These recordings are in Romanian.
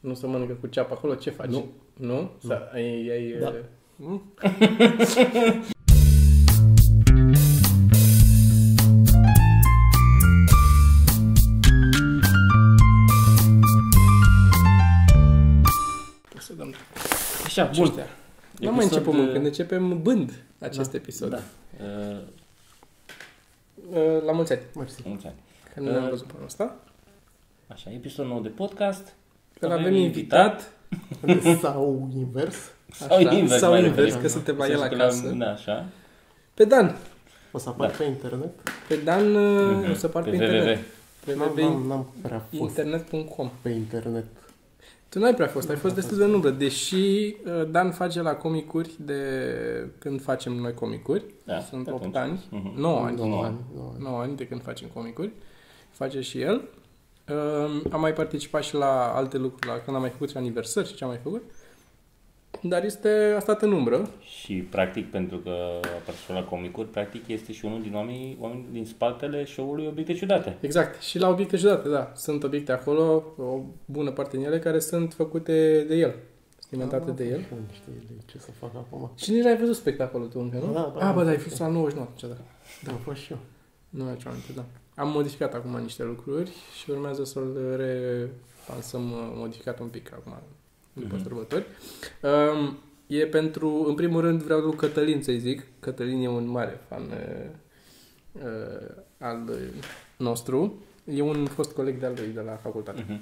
nu se mănâncă cu ceapă acolo, ce faci? Nu. Nu? Sa, ai, ai, Da. Mm? Să dăm Așa, Bun. Bun. Ăștia. Nu mai începem de... când începem bând acest da. episod. Da. Da. Uh, La mulți ani, Mersi. mulți ani. că nu ne-am Da. văzut pe anul ăsta. Așa, episod nou de podcast. Că l-avem invitat, Sau invers. Sau Așa, invers. sau mai invers, repede. că suntem la Să el zic că l-am- acasă. Da, așa. Pe Dan. O să apar Da. pe internet. Pe Dan Mhm. uh, o să apar pe internet. www. Pe N-am, n-am, n-am prea fost internet.com pe internet. Tu n-ai prea fost, ai fost destul de în umbră, deși uh, Dan face la comicuri de când facem noi comicuri. Da, Sunt pe 8 atunci. ani, Mhm. 9 ani. Nu ani. nouă ani. 9 ani de când facem comicuri. Face și el. Um, Am mai participat și la alte lucruri, la când am mai făcut și aniversări și ce am mai făcut. Dar este a stat în umbră. Și practic, pentru că a participat la comicuri, practic este și unul din oamenii, oameni din spatele show-ului Obiecte Ciudate. Exact. Și la obiecte ciudate, da. Sunt obiecte acolo, o bună parte din ele, care sunt făcute de el. Sunt inventate Ah, de el. Nu știu de ce să fac acum. Și nici n-ai văzut spectacolul tu încă, nu? Da, da, ah, bă, da. dar ai fost la 99 atunci, da. Da, am fost și eu. Nu mai ce aminte, da. Am modificat acum niște lucruri și urmează să-l repansăm uh, modificat un pic acum, după Mhm. sărbători. Um, e pentru, în primul rând vreau lui Cătălin să-i zic. Cătălin e un mare fan uh, uh, al uh, nostru. E un fost coleg de-al lui de la facultate Mhm.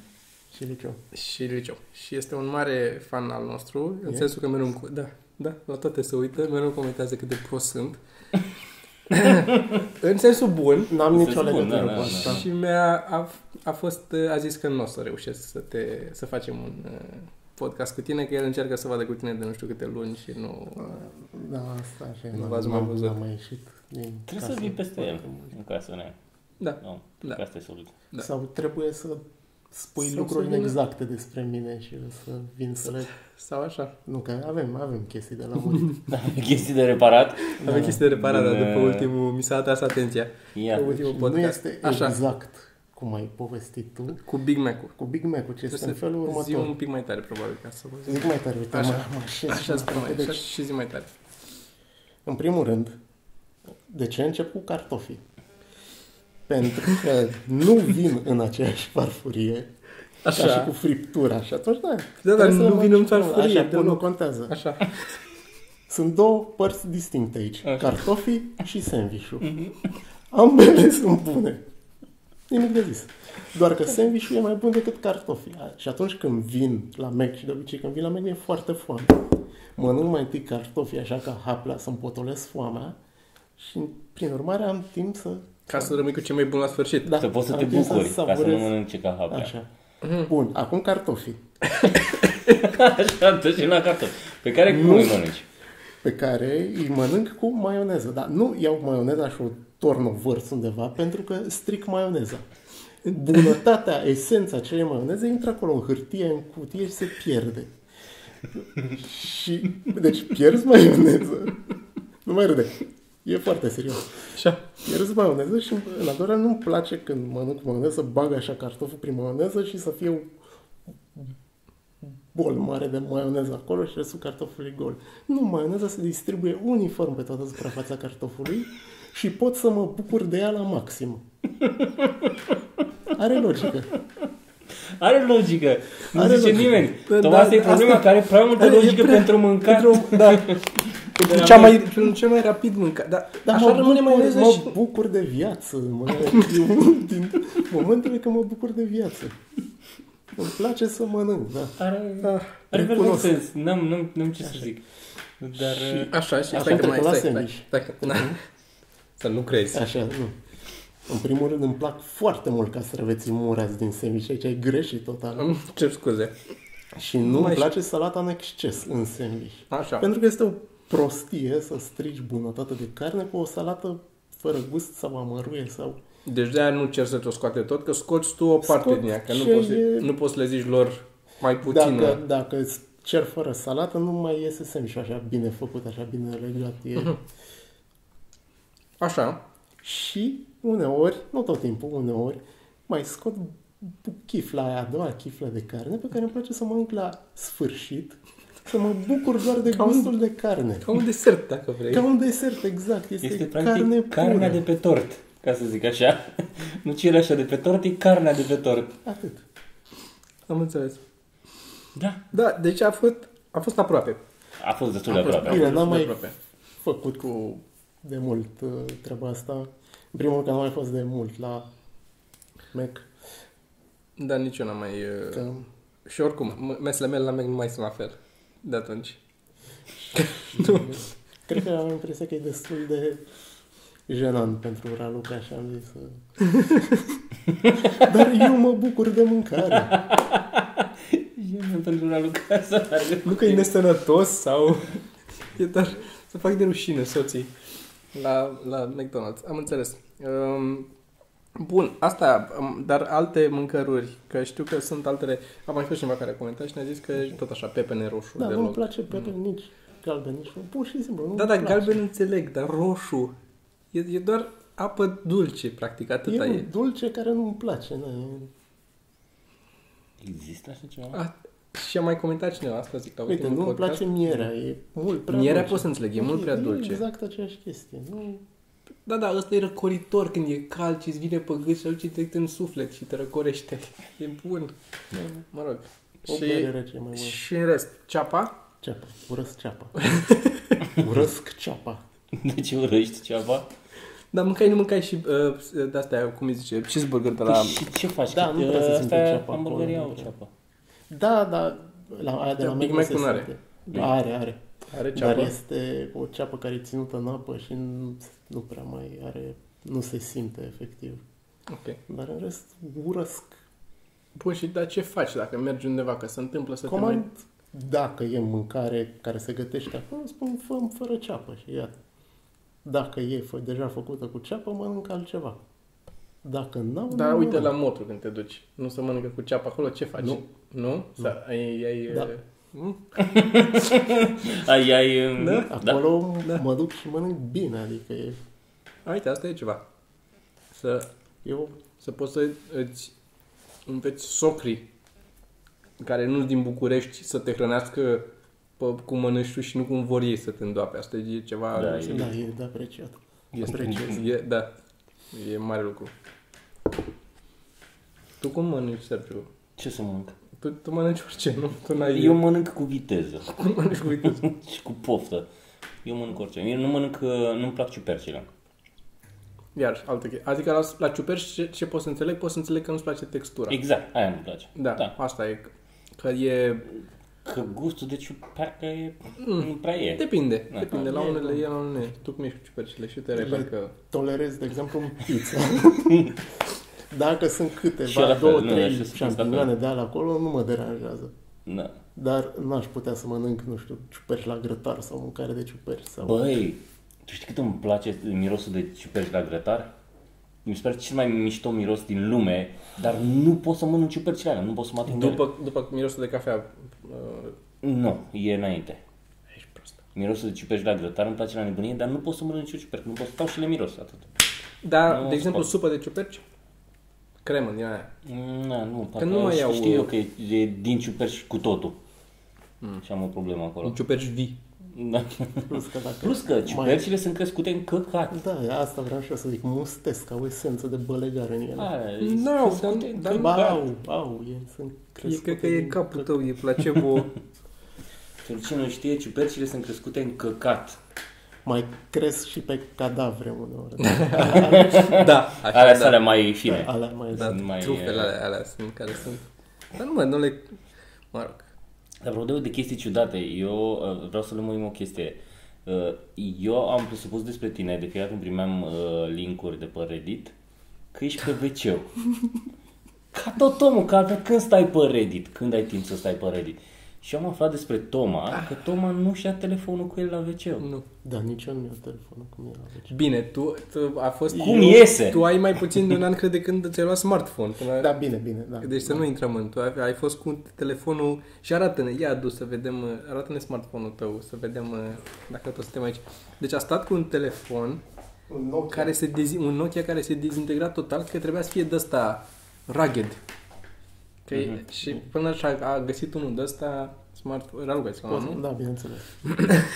Și liceu. și liceu. Și este un mare fan al nostru, în E? sensul că mereu... îmi co- Da, da, la toate se uită, mereu îmi comentează cât de prost sunt. în sensul bun, N-am Este nicio bun, legătură da, cu da, asta. și mi-a a, a fost, a zis că nu o să reușesc să, te, să facem un uh, podcast cu tine, că el încearcă să vadă cu tine de nu știu câte luni și nu... Da, asta așa. e, Nu n-am- v-ați mai n-am- văzut. N-am mai ieșit din Trebuie casă. să vii peste el în casă, ne. Da. Nu, Da. da. asta e soluția. Da. Sau trebuie să spui Sau lucruri să vină- exacte despre mine și eu să vin să le... Sau așa. Nu, că avem, avem chestii de la murit. Da, chestii de reparat. Da, Avem chestie de reparat, dar Bine. după ultimul mi s-a atras atenția. Ia. Pe ultimul Deci Nu podcast. este Așa. exact cum ai povestit tu. Cu Big Mac-ul. Cu Big Mac-ul ce este în felul zi următor. un pic mai tare, probabil, ca să vă zic. Zic mai tare, uite, Așa. mă, mă așez și Așa mă spune mai, apropie. așa Deci, și zi mai tare. în primul rând, de ce încep cu cartofii? Pentru că nu vin în aceeași farfurie așa. ca și cu friptura și atunci da. trebuie dar să nu mă vin în faci ceva. farfurie, Așa, până deloc. contează. Așa. Sunt două părți distincte aici. Așa. Așa. Cartofii și sandvișul. Ambele sunt bune. Nimic de zis. Doar că sandvișul e mai bun decât cartofii. A, Și atunci când vin la Mac și de obicei când vin la Mac e foarte foame. Mănânc mai întâi cartofii așa ca hapla să-mi potolesc foamea și prin urmare am timp să... Ca să rămâi cu ce mai bun la sfârșit. Să poți să am te timp bucuri, ca să nu savorez. mănânci ca hapea. Așa. Bun, acum cartofii. Așa, duci la cartofi. Pe care cum îi mănânci? pe care îi mănânc cu maioneză. Dar nu iau maioneza și o torn o vârț undeva pentru că stric maioneza. Bunătatea, esența acelei maioneze intră acolo în hârtie, în cutie și se pierde. și, deci pierzi maioneză. Nu mai râde. E foarte serios. Așa. Pierzi maioneză și în al doilea nu-mi place când mănânc maioneză, să bag așa cartoful prin maioneză și să fie un bol mare de maioneză acolo și restul cartofului gol. Nu, maioneza se distribuie uniform pe toată suprafața cartofului și pot să mă bucur de ea la maxim. Are logică. Are logică. Nu Are zice logică. Păi, nimeni. Da, Toma, asta da, e problema, asta- că are prea multă Are- e logică prea- pentru mâncat. Pentru, da. Pentru cea mai, pentru cel mai rapid mâncat. Dar, Dar așa mă rămâne bucur, mai mă și... bucur de viață. Mă, e unul din momentele când mă bucur de viață. Îmi place să mănânc, da. Are, Da. are recunosc. verbe sens. N-am, n-am, n-am ce să zic. Dar... uh, Și- Așa, și Așa stai că am mai trecut stai, la stai, sandwich. stai, că- na. Mhm. Să nu crezi. Așa, nu. În primul rând îmi plac foarte mult castraveții murați din sandwich, aici ai greșit total. Îmi cer scuze. Și nu Mm. mai îmi place salata în exces în sandwich. Așa. Pentru că este o prostie să strici bunătate de carne cu o salată fără gust sau amăruie sau... Deci de-aia nu cer să te-o scoate tot, că scoți tu o parte Scot din ea, că ce nu poți, e- nu poți să le zici lor mai puțin. Dacă, dacă îți cer fără salată, nu mai iese sandwich așa bine făcut, așa bine legat. E... Mhm. Așa. Și uneori, nu tot timpul, uneori, mai scot chifla aia, a doua chiflă de carne pe care îmi place să mănânc la sfârșit, să mă bucur doar de Ca un- gustul de carne. Ca un desert, dacă vrei. Ca un desert, exact. Este, Este practic carne carnea de pură. pe tort, ca să zic așa. nu ce era așa de pe tort, e carnea de pe tort. Atât. Am înțeles. Da, Da, deci a fost, a fost aproape. a fost destul de A fost aproape. Bine, n-am mai aproape. făcut cu de mult uh, treaba asta. În primul rând că n-am mai fost de mult la Mac. Da, nici eu n-am mai... uh, Că Și oricum, m- mesele mele la Mac nu mai sunt la fel de atunci. nu. cred că am impresia că e destul de jenant pentru Raluca și am zis... uh, Dar eu mă bucur de mâncare. E pentru la Luca să meargă. nu că e nesănătos sau... e doar să fac de rușine soții la, la McDonald's. Am înțeles. Um, bun, asta, um, dar alte mâncăruri, că știu că sunt altele... A mai fost cineva care a comentat și ne-a zis că e tot așa, pepene roșu Da, nu-mi deloc. place pe nici galben, nici pur și simplu. Nu Mm. Da, da, place. galben înțeleg, dar roșu. E, e doar apă dulce, practic, E atâta e. un dulce care nu-mi place. Na, e- Există așa ceva? A, și a mai comentat cineva asta, zic, la Uite, ultimul nu-mi podcast. place mierea, e mult prea Mierea dulce. pot să înțeleg, e mult prea dulce. Exact aceeași chestie. Nu... Da, da, ăsta e răcoritor când e cald și îți vine pe gât și îl duce direct în suflet și te răcorește. E bun. Mă rog. O Da. bere și, rece mai bună. și în rest, ceapa? Ceapă. Urăsc ceapa. Urăsc ceapa. De ce urăști Păi ceva? Dar Da, mâncai, nu mâncai și uh, de-astea, cum îi zice, cheeseburger de la... Păi și ce faci? Da, Că, nu prea se uh, simte asta ceapa Hamburgeria acolo, au nu prea. ceapă. Da, da. La, aia de Da, la Big Mac nu Mac se nu are. simte. Da, are, are. Are Dar ceapă? este o ceapă care e ținută în apă și nu, nu prea mai are... Nu se simte efectiv. Ok. Dar în rest, urăsc. Bun, și dar ce faci dacă mergi undeva, că se întâmplă să te mai... Comand, dacă e mâncare care se gătește acolo, spun fă fără ceapă și iată. Dacă e fă, deja făcută cu ceapă, mănânc altceva. Dacă n-am, Dar nu Da, uite la mănânc. motru când te duci, nu se mănâncă cu ceapă acolo, ce faci? Nu. Nu? Da, ai... ai Da. uh, mm? Ai, ai... um, Da? da. Acolo Da. mă duc și mănânc bine, adică e, A, Uite, asta e ceva. Să eu Să poți să îți înveți socrii care nu din București să te hrănească pe, cum mănânci tu și nu cum vor ei să te îndoape. Asta e ceva... Da, e, e- da, e de apreciat. Este un- e, da, e mare lucru. Tu cum mănânci, Sergiu? Ce să mănânc? Tu, tu mănânci orice, nu? Tu n-ai... Eu mănânc cu viteză Tu mănânci cu viteză. și cu poftă. Eu mănânc orice. Eu nu mănânc, uh, nu-mi plac ciupercile. Iar, alte chestii. Adică la, la ciuperci ce, ce pot să înțeleg? Pot să înțeleg că nu-ți place textura. Exact, aia nu-mi place. Da, da. asta e. Că e... Că gustul de ciupercă e... Mm. nu prea e. Depinde. Da. Exact. Depinde. La E, unele da. e, la unele e. Tu cum ești cu ciupercile și te repede că... Tolerez, de exemplu, în pizza. Dacă sunt Și eu la câteva, fel, două, nu, așa trei sunt la șampinioane de alea acolo, nu mă deranjează. Da. Dar n-aș putea să mănânc, nu știu, ciuperci la grătar sau mâncare de ciuperci sau... Băi, tu știi cât îmi place mirosul de ciuperci la grătar? Mi se pare cel mai mișto miros din lume, dar nu pot să mănânc ciupercile alea, nu pot să mă ating de ele. După, după mirosul de cafea, uh, Nu, e înainte. ești prost. Mirosul de ciuperci la grătar îmi place la nebunie, dar nu pot să mănânc eu ciuperci, nu pot să stau și le miros atât. Dar, Nu, de exemplu, sport. supă de ciuperci, cremă din aia. Na, nu, parcă nu mai știu, au- uh, știu eu că e, e din ciuperci cu totul. Mm. Și am o problemă acolo. Ciuperci vii. Da. Plus că dacă... Plus că ciupercile sunt crescute în căcat. Da, asta vreau și eu să zic, mustesc, au esență de bălegare în ele. Aia, Nu, dar- sunt crescute în Da, dar- căcat. ba, au, au, e, sunt da. E, crescute. cred că e din- capul tău, e placebo. Pentru cine nu știe, ciupercile sunt crescute în căcat. Mai cresc și pe cadavre uneori. da, așa, Alea da. sunt alea mai fine. Da, alea mai da da. mai, trufele eh, alea, alea sunt care sunt. Dar nu mă, nu le... Mă rog. Dar vorbeam de chestii ciudate. Eu uh, vreau să lămurim o chestie. Uh, Eu am presupus despre tine, de fiecare când primeam uh, linkuri de pe Reddit, că ești pe wc Ca tot omul, că altfel când stai pe Reddit, când ai timp să stai pe Reddit. Și eu am aflat despre Toma, că Toma nu și-a telefonul cu el la wc Nu. da, nici eu nu mi-au telefonul cum era. Deci. Bine, tu, tu a fost... Cum iese? Tu ai mai puțin de un an, cred, de când ți-ai luat smartphone. Până... Da, bine, bine, da. Deci să nu intrăm în... Tu ai, ai fost cu telefonul și arată-ne, ia adu să vedem, uh, arată-ne smartphone-ul tău, să vedem uh, dacă tot suntem aici. Deci a stat cu un telefon Un Nokia. care se dezi, un Nokia care se dezintegra total, că trebuia să fie de ăsta rugged. Că e, și până și a, a găsit unul de ăsta smart, Raluca ți Poți- nu? Da, bineînțeles.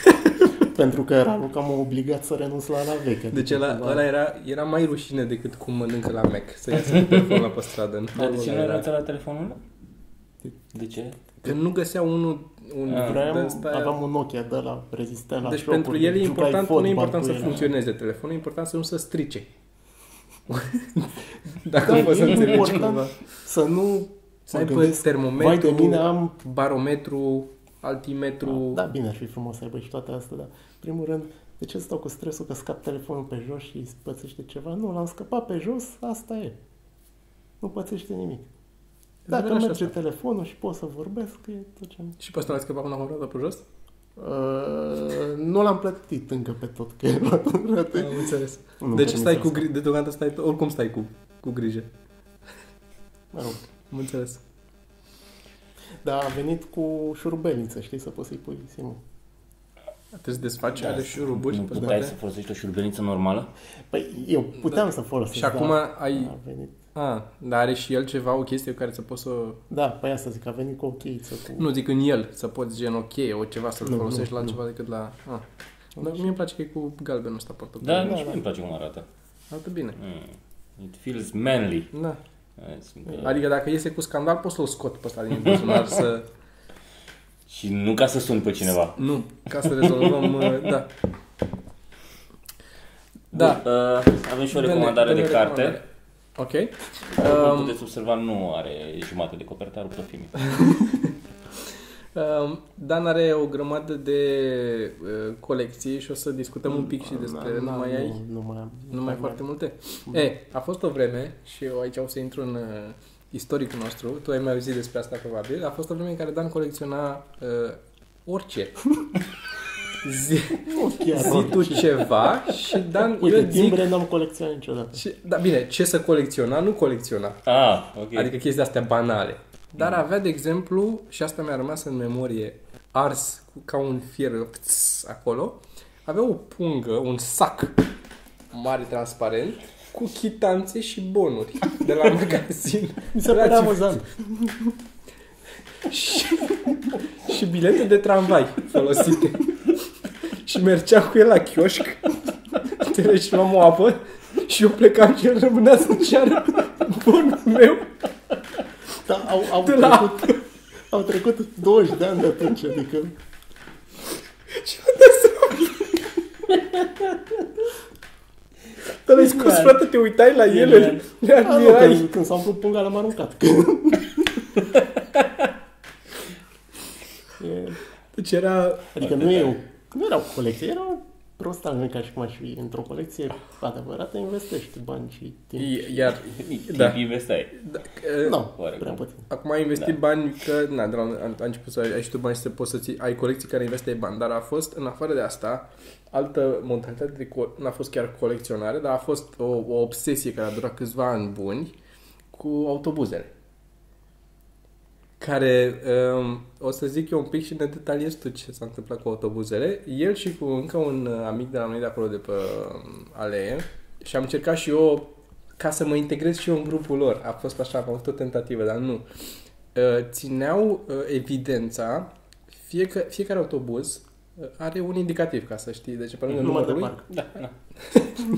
Pentru că Raluca m-a obligat să renunț la la veche. Deci ăla, Da. ăla era, era mai rușine decât cum mănâncă la Mac, să iasă cu telefonul pe stradă. Nu, Dar de ce Da, deci nu ăla era. renunța la telefonul meu? De ce? Că nu găsea unul un Ah. de Vreau, ăsta- aveam un Nokia de la rezistent la Deci șocuri, pentru el e jucai important, nu fotbal e important cu să el. funcționeze telefonul, e important să nu se strice. Dacă Da, poți să e înțelegi important cumva. Să nu Să mă aibă gândesc, vai de termometru, mine am barometru, altimetru. Da, bine, ar fi frumos să aibă și toate astea, dar, în primul rând, de ce stau cu stresul că scap telefonul pe jos și îi pățește ceva? Nu, l-am scăpat pe jos, asta e. Nu pățește nimic. Dacă Dar așa merge asta. telefonul și pot să vorbesc, e tot ce am. Și pe ăsta l-ați scăpat până acum vreodată pe jos? Uh, nu l-am plătit încă pe tot, că e la rate. Am înțeles. Nu-mi Deci permit stai Păi, să cu scap. grijă, deocamdată stai, oricum stai cu, cu grijă. Mă rog. Am înțeles. Dar a venit cu șurubelniță, știi, să poți să-i pui simul. Trebuie să desfaci, Da, are șuruburi Nu pe puteai să spate. folosești o șurbeniță normală? Păi eu puteam să folosesc, Da. Și acum dar ai- A venit. A, dar are și el ceva, o chestie cu care să poți să... Da, păi asta zic, a venit cu o cheiță. Cu... Nu, zic în el, să poți gen ok, o ceva să-l Nu, folosești nu, la nu. altceva decât la... A. Dar mie îmi place că e cu galbenul ăsta portocal. Da, Da, nici da. mie îmi place cum arată. Arată bine. Mm. It feels manly. Da. Hai să- da. Adică dacă iese cu scandal, poți să-l scot pe ăsta din buzunar să... Și nu ca să sun pe cineva. Nu, ca să rezolvăm... uh, Da. Da. Bun, uh, avem și o recomandare Dă-ne- de dă-ne carte. recomandare. Ok. După cum Um, puteți observa, nu are jumate de copertă, are profimii. Um, Dan are o grămadă de uh, colecții și o să discutăm un pic și despre ele. Nu mai ai? Nu mai am. Nu mai foarte multe? E, a fost o vreme și eu aici o să intru în uh, istoricul nostru, tu ai mai auzit despre asta probabil, a fost o vreme în care Dan colecționa uh, orice. Zi, Nu chiar. zi tu ceva și Dan, eu Uite, zic... timbre n-am colecționat niciodată. Și, da, bine, ce să colecționa, nu colecționa. Ah, ok. Adică chestii astea banale. Dar avea, de exemplu, și asta mi-a rămas în memorie, ars cu- ca un fier pts, acolo, avea o pungă, un sac mare transparent, cu chitanțe și bonuri de la magazin. Mi se părea Dragi- amuzant. și, și bilete de tramvai folosite. și mergea cu el la chioșc, te și luam o apă și eu plecam și el rămânea să ceară bonul meu Dar Da, au, au, de la trecut, au trecut 20 de ani de atunci, adică... Dar l-ai scos, frate, te uitai la el, Genial. le A, nu, admirai. când, când s-a umplut punga, l-am aruncat. E- Deci era... Adică nu, e o, nu era o colecție, era o prostă, ca și cum aș fi într-o colecție adevărată, investești bani și timp. Iar... Da. Da. Investeai. da, că- Nu, oarecum. prea puțin. Acum ai investit bani, că na, de la un- a început să ai- ai și tu bani și să poți să ții, ai colecții care investeai bani, dar a fost, în afară de asta, altă modalitate de co- n-a fost chiar colecționare, dar a fost o, o obsesie care a durat câțiva ani buni cu autobuzele. Care, um, o să zic eu un pic și ne detaliez tu ce s-a întâmplat cu autobuzele. El și cu încă un uh, amic de la noi de acolo de pe um, alee și am încercat și eu ca să mă integrez și eu în grupul lor. A fost așa, am avut o tentativă, dar nu. Uh, Țineau uh, evidența, fiecă, fiecare autobuz uh, are un indicativ, ca să știi, deci pe lângă Număr de numărul lui. parc. Da, da.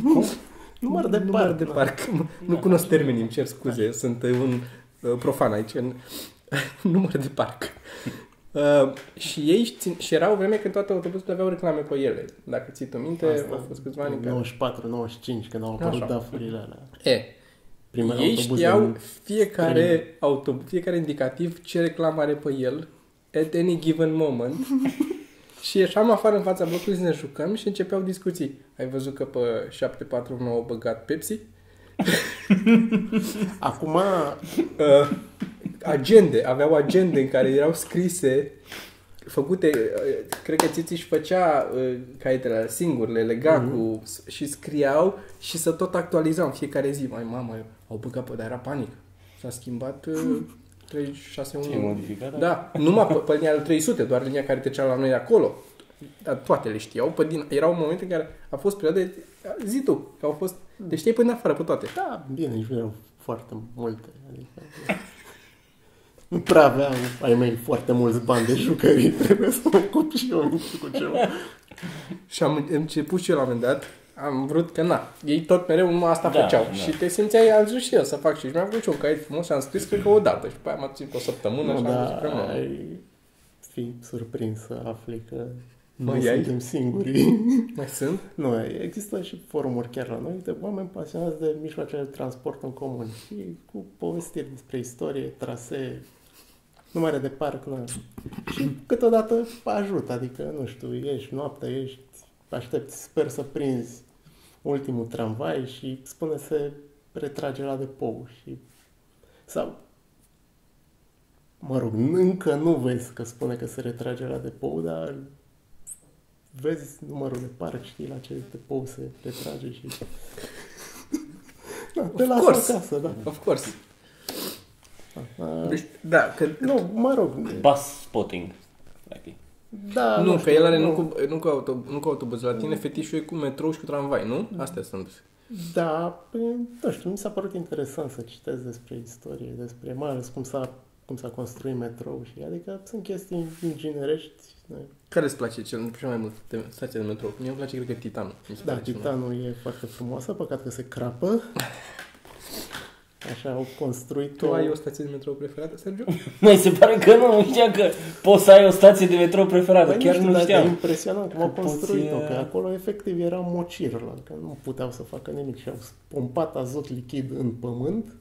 Număr de Număr parc. de da. parc. Nu cunosc termenii, îmi cer scuze, sunt un uh, profan aici. În... Număr de parc. Uh, și ei țin, și era o vreme când toate autobuzele aveau reclame pe ele. Dacă ții tu minte, Asta, au fost câțiva ani în care... 94, 95, când au apărut Așa. dafurile alea. E, Primele ei autobuze știau în- străine. fiecare, auto, fiecare indicativ ce reclamă are pe el at any given moment și ieșeam afară în fața blocului să ne jucăm și începeau discuții. Ai văzut că pe 749 au băgat Pepsi? Acum, uh, agende, aveau agende în care erau scrise, făcute, uh, cred că țiții își făcea uh, caietele alea singur, le lega mm-hmm. cu, și scriau și să tot actualizau în fiecare zi. Mai mamă, au băgat pe, dar era panică. S-a schimbat uh, 36 E modificarea? Da, numai pe, pe linia al 300, doar linia care trecea la noi de acolo. Dar toate le știau. Pe din, era un moment în care a fost perioada, zi tu, că au fost, deci știai până afară pe toate. da, bine, nici nu erau foarte multe. Adică, Nu prea aveam ai mei foarte mulți bani de jucării, trebuie să mă ocup și eu nu știu cu ceva. Și am început și eu la un moment dat, am vrut că na, ei tot mereu numai asta Da, făceau. da. Și te simțeai, am zis și eu să fac și eu. și mi-am făcut și un caiet frumos și am scris cred că o dată. Și pe aia m-a ținut o săptămână Nu, și am zis dar prea mult. Da, ai fi surprins să afli că Mă nu iai? suntem singuri. Mai sunt? Nu, există și forumuri chiar la noi de oameni pasionați de mijloacele de transport în comun și cu povestiri despre istorie, trasee, numere de parc, nu. Și câteodată ajută, adică, nu știu, ești noaptea, ești, aștepți, sper să prinzi ultimul tramvai și spune se retrage la depou și sau mă rog, încă nu vezi că spune că se retrage la depou, dar vezi numărul de parc, știi la ce depou se retrage și... Da, te Of lasă course. acasă, da. Of course. A, Deci, da, că nu, mă rog, Bus spotting. Like, da, nu, că știu, el are nu cu, nu cu, auto, nu cu autobuz. La tine fetișul e cu metrou și cu tramvai, nu? Astea sunt. Da, p- nu știu, mi s-a părut interesant să citesc despre istorie, despre mai ales cum s-a, cum s-a construit metrou și adică sunt chestii inginerești. ne- Care îți place cel, cel mai mult de stația de metrou? Mie îmi place, cred că, Titanul. Mi se Da, pare cel mai- Titanul e foarte frumoasă, păcat că se crapă. Așa au construit Tu ai o stație de metrou preferată, Sergiu? Mai se pare că nu, nu știam că poți să ai o stație de metrou preferată, Băi, chiar Păi știu, nu dar E știam. impresionant cum Că au construit-o, poți, că e- acolo efectiv era mocirlă, că nu puteau să facă nimic și au pompat azot lichid în pământ,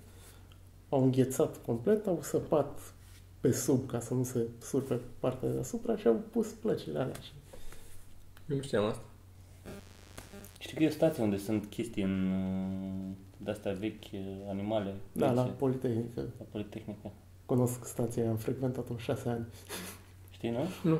au înghețat complet, au săpat pe sub ca să nu se surpe partea de deasupra și au pus plăcile alea. Și Eu nu știam asta. Știu că e o stație unde sunt chestii în uh, de-astea vechi, uh, animale, Da, la la, Politehnică. la Politehnică. Cunosc stația, aia, am frecuentat-o șase ani. Știi, nu? Nu.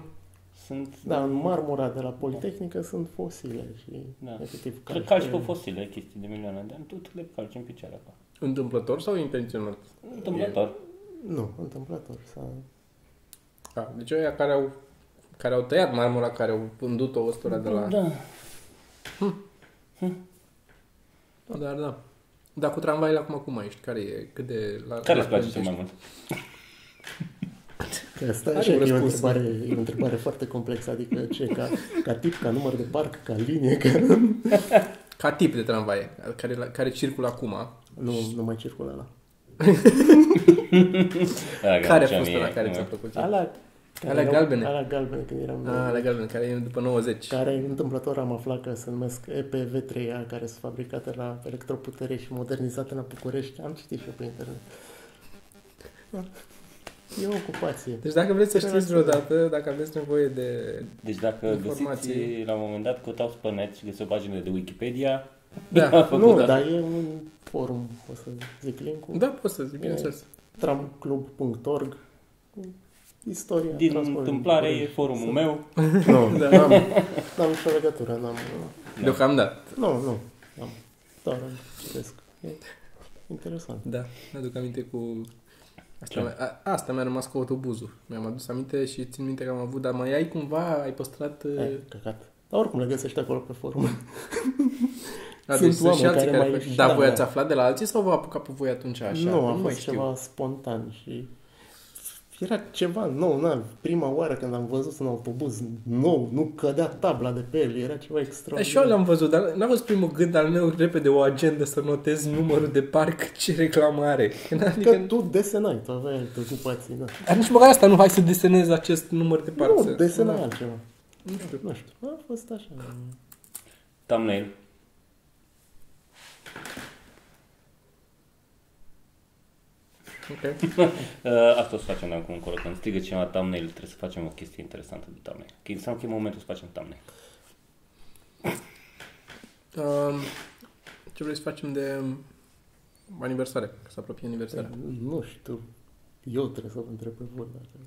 Sunt, Da, în marmura de la Politehnică sunt fosile și Da. efectiv Că calci pe fosile chestii de milioane de ani, tu te le calci în picioare acolo. Întâmplător sau intenționat? Întâmplător. Nu, întâmplător. S-a... A, deci ăia care au, care au tăiat marmura, care au vândut-o ăstora de la... Da. Dar da. Dar cu tramvaiul acum cum mai ești? Care e? Cât de... La, Care la îți place cât cel mai ești? mult? Că Asta Are așa un că e, o răspuns. întrebare, e o întrebare foarte complexă, adică ce, ca, ca tip, ca număr de parc, ca linie, ca... Ca tip de tramvai, care, la- care circulă acum. Nu, nu mai circulă la. Ăla care că a fost mie, ăla care nu. ți-a plăcut? ție? Alea, Alea galbene. Ah, Alea galbene, când eram... A, alea galben, care e după 90. Care întâmplător am aflat că se numesc EPV3A, care sunt fabricate la electroputere și modernizate la București. Am citit și eu pe internet. Da. E o ocupație. Deci dacă vreți să știți vreodată, dacă aveți nevoie de... Deci dacă Informații. găsiți la un moment dat, căutați pe net și găsiți o pagină de Wikipedia. Da, Nu, dar e un forum, o să zic link-ul. da poți să zic, bineînțeles. tramclub.org istoria Din transportului întâmplare e București. forumul meu. Nu, Da. n-am, n-am nicio legătură, n-am... Da. Deocamdată. Nu, nu, am. Doar îl citesc. E interesant. Da, mi-aduc aminte cu... Asta, Ce? mi- a, asta mi-a rămas cu autobuzul. Mi-am adus aminte și țin minte că am avut, dar mai ai cumva, ai păstrat... E, uh, căcat. Dar oricum le găsești acolo pe forum. a, sunt deci sunt și oameni alții care care... mai- fac- da, da, voi da. ați aflat de la alții sau vă apucat pe voi atunci așa? nu, a mai fost știu. ceva spontan și era ceva nou, na, prima oară când am văzut un autobuz nou, nu cădea tabla de pe el, era ceva Da, Și eu extraordinar. l-am văzut, dar n-a fost primul gând al meu repede o agendă să notez numărul de parc, ce reclamă are. Adică, Că tu desenai, tu aveai alte ocupații, da. dar nici măcar asta nu hai să desenez acest număr de parc. Nu, să- desenai Da. altceva. Nu știu. Nu știu, a fost așa. Thumbnail. Da, Ok. Uh, asta o să facem de acum încolo. Când strigă cineva thumbnail, trebuie să facem o chestie interesantă de thumbnail. Că înseamnă că e momentul să facem thumbnail. Um, ce vrei să facem de um, aniversare? Că se apropie aniversarea. Păi, Nu știu, eu trebuie să vă întreb pe voi dacă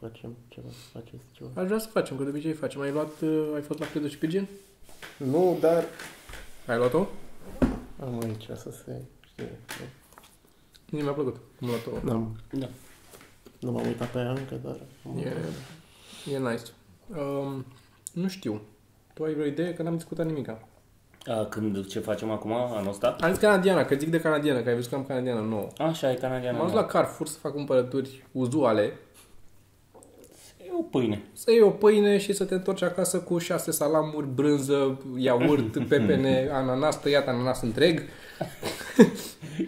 facem ceva, faceți ceva. Aș vrea să facem, că de obicei facem. Ai luat, uh, ai fost la Credo și Pigin? Nu, dar Ai luat-o? am aici să se știe. Mie mi-a plăcut. Am luat-o. N-am, Da. nu m-am uitat pe ea încă, dar... E, e nice. Um, nu știu. Tu ai vreo idee? Că n-am discutat nimic. A, Uh, Când ce facem acum, anul ăsta? Am zis canadiana, că zic de canadiană, că ai văzut că am canadiană nouă. Așa, e canadiană. M-am dus la Carrefour să fac cumpărături uzuale, E o pâine. să iei o pâine și să te întorci acasă cu șase salamuri, brânză, iaurt, pepene, ananas, tăiat ananas întreg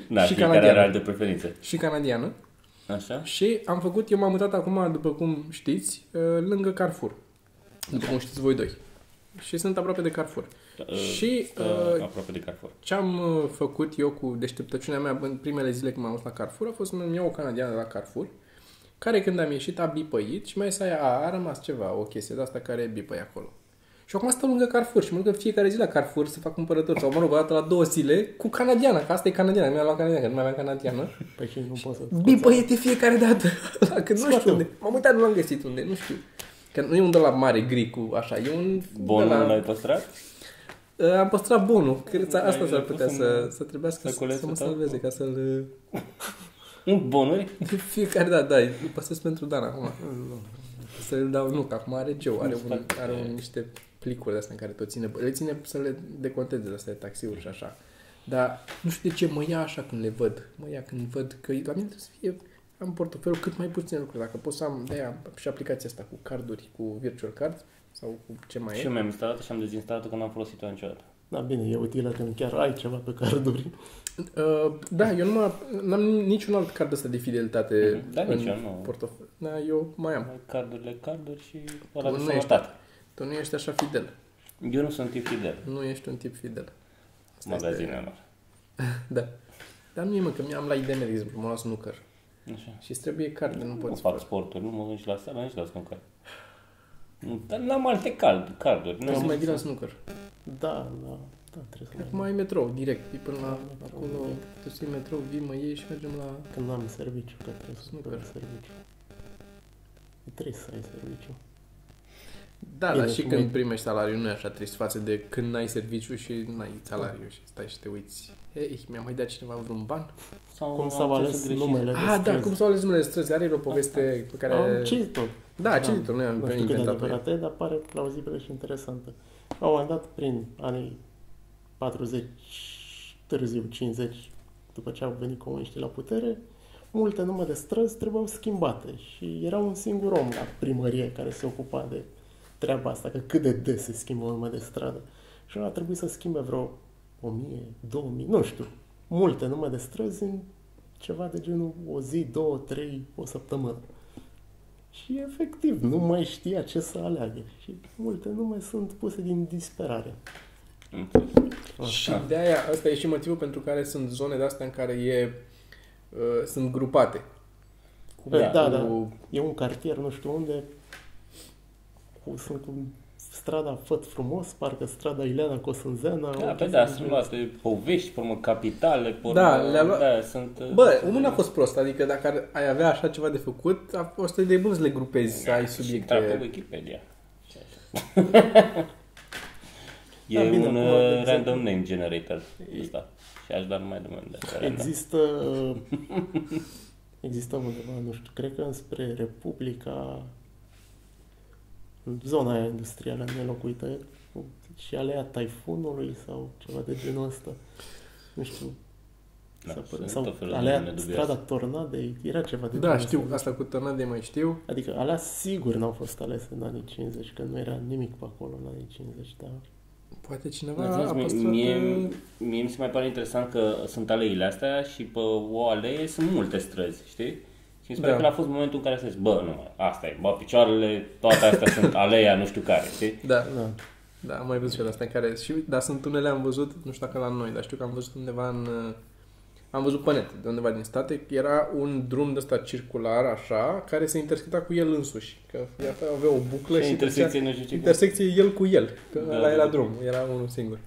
Da, Și și fiecare canadiană. are alte preferințe. și canadiană. Așa? Și am făcut, eu m-am mutat acum, după cum știți, uh, lângă Carrefour. După cum știți voi doi. Și sunt aproape de Carrefour. Uh, Și, stă uh, aproape de Carrefour. Ce am uh, făcut eu cu deșteptăciunea mea în primele zile când m-am dus la Carrefour a fost să-mi iau o canadiană de la Carrefour, care când am ieșit a bipăit și mai să aia, a, a rămas ceva, o chestie de asta care bipăi acolo. Și acum stau lângă Carrefour și mă duc în fiecare zi la Carrefour să fac cumpărături sau mă rog, o dată la două zile cu canadiana, că asta e canadiana, mi-a luat canadiana, că nu mai aveam canadiană. Pe ce nu poți să... Bipăie de fiecare dată. La că nu știu Scoate-o. unde. M-am uitat, nu l-am găsit unde, nu știu. Că nu e un de la mare gri cu așa, e un Bonul de la... l-ai păstrat? Uh, Am păstrat bonul. Cred că asta Ai s-ar pus putea în- să, să trebuiască să, săculețul să mă tău? salveze ca să-l... Un bonuri? De fiecare dată, da, îi păsesc pentru Dan acum. Să-l dau, nu, că acum are Joe, are, un, are un, niște plicuri de astea în care tot ține, le ține să le deconteze de astea taxiuri și așa. Dar nu știu de ce mă ia așa când le văd. Mă ia când văd că la mine trebuie să fie am în portofelul cât mai puține lucruri. Dacă pot să am de aia și aplicația asta cu carduri, cu virtual card sau cu ce mai Și e. eu mi-am instalat și am dezinstalat-o că n-am folosit-o niciodată. Da, bine, e utilă când chiar ai ceva pe carduri. Uh, da, eu nu mă, n-am niciun alt card ăsta de fidelitate Mhm, da, nici eu nu. portofel. Da, eu mai am. Ai Cardurile, carduri și ăla de nu ești- sănătate. Tu nu ești așa fidel. Eu nu sunt tip fidel Nu ești un tip fidel. Asta este- magazinelor. Da. Dar nu e mă, că mi-am la IDM, de exemplu, m-am luat snooker. Așa. Și îți trebuie carte, nu Nu poți. fac sporturi, nu mă duc nici la sală, nici la snooker. Nu, Dar n-am alte card, carduri. Nu Nu am să mai mai vii la snooker. Da, da, da, trebuie să Acum ai metrou, direct. E până la acolo, tu să iei metrou, vii, mă iei și mergem la... Când n-am serviciu, că trebuie să Super. Super. serviciu. Trebuie să ai serviciu. Da, Bine, dar și cum când e? primești salariu nu e așa trist față de când n-ai serviciu și n-ai salariu și stai și te uiți. Ei, mi-a mai dat cineva vreun ban? Sau Cum am s-au înțeles ales greșit. numele de Ah, da, străzi? cum s-au ales numele de străzi. Are el o poveste pe care... Am citit-o. Da, Da. ce titlul? Noi am Nu știu cât de inventat-o. adevărată e, dar pare plauzibilă și interesantă. La un moment dat, prin anii 40, târziu 50, după ce au venit comuniștii la putere, multe nume de străzi trebuiau schimbate și era un singur om la primărie care se ocupa de treaba asta, că cât de des se schimbă un nume de stradă. Și a trebuit să schimbe vreo 1000, 2000, nu știu, multe nume de străzi în ceva de genul o zi, două, trei, o săptămână. Și efectiv, nu mai știa ce să aleagă. Și multe nume sunt puse din disperare. Înțeles. Și de aia, ăsta e și motivul pentru care sunt zone de astea în care e, uh, sunt grupate. Cu, Da, da, cu E un cartier, nu știu unde, cu, sunt cu strada Făt Frumos, parcă strada Ileana Cosânzeana. Da, pe da, sunt luate povești, pe urmă, capitale, pe urmă, Da, le-a luat- Da, sunt... Bă, omul n-a fost prost, adică dacă ar, ai avea așa ceva de făcut, a fost de bun să le grupezi, să Da, ai Intra pe subiecte. Wikipedia. e Da, bine, un acum, uh, de exemplu- random name generator ăsta. Și aș da numai de moment de random. Există, uh, există undeva, nu știu, cred că înspre Republica, în zona aia industrială nelocuită, cu- și alea Taifunului sau ceva de genul ăsta. Nu știu, Da, Sau- sunt păi, sau tot felul de nume alea dubioase. strada Tornadei, era ceva de Da, genul știu, da. ăsta. asta cu Tornade mai știu. Adică alea sigur n-au fost alese în anii 50, că nu era nimic pe acolo în anii 50, dar... Poate cineva În a fine, păstrat... Da, Mie, uh, mie mi se mai pare interesant că sunt aleile astea și pe o alee sunt multe străzi, știi? Și mi se pare Da. că a fost momentul în care să zici, bă, nu mai, asta e, bă, picioarele, toate astea sunt aleia, nu știu care, știi? Da, Da. da, am mai văzut și eu de astea în care... Și, dar sunt unele, am văzut, nu știu dacă la noi, dar știu că am văzut undeva în... uh, Am văzut pe net, de undeva din state, era un drum de ăsta circular, așa, care se intersecta cu el însuși. Că iată, avea o buclă Și și intersecție, nu știu ce. Intersecție el cu el. Că Da, da, ăla da, era da. drum, era unul singur.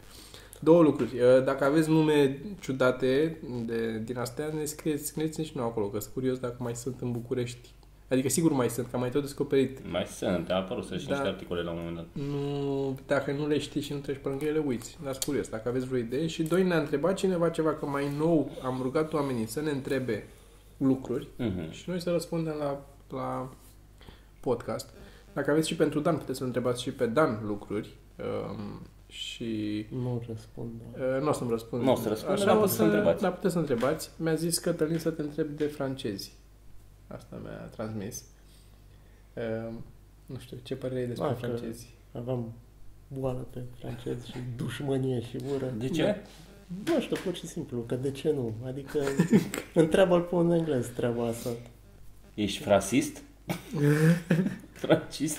Două lucruri. uh, Dacă aveți nume ciudate de, din astea, ne scrieți, scrieți și nouă acolo, că sunt curios dacă mai sunt în București. Adică sigur mai sunt, că am mai tot descoperit. Mai sunt, a apărut să și Da. niște articole la un moment dat. Nu, dacă nu le știi și nu treci pe lângă ele, uiți. Dar sunt curios, dacă aveți vreo idee. Și doi, ne-a întrebat cineva ceva, că mai nou am rugat oamenii să ne întrebe lucruri Mhm. și noi să răspundem la, la podcast. Dacă aveți și pentru Dan, puteți să întrebați și pe Dan lucruri. Um, și Nu răspund. da. uh, nu o să-mi răspund. Nu o să răspund, Uh, dar o puteți să întrebați. Dar puteți să întrebați. Mi-a zis Cătălin să te întreb de francezi. Asta mi-a transmis. Uh, nu știu, ce părere ai despre Ah, că- francezi? Aveam boală pe francez și dușmănie și ură. De ce? Nu știu, pur și simplu, că de ce nu? Adică întreabă-l pe un englez treaba asta. Ești frasist? Francist?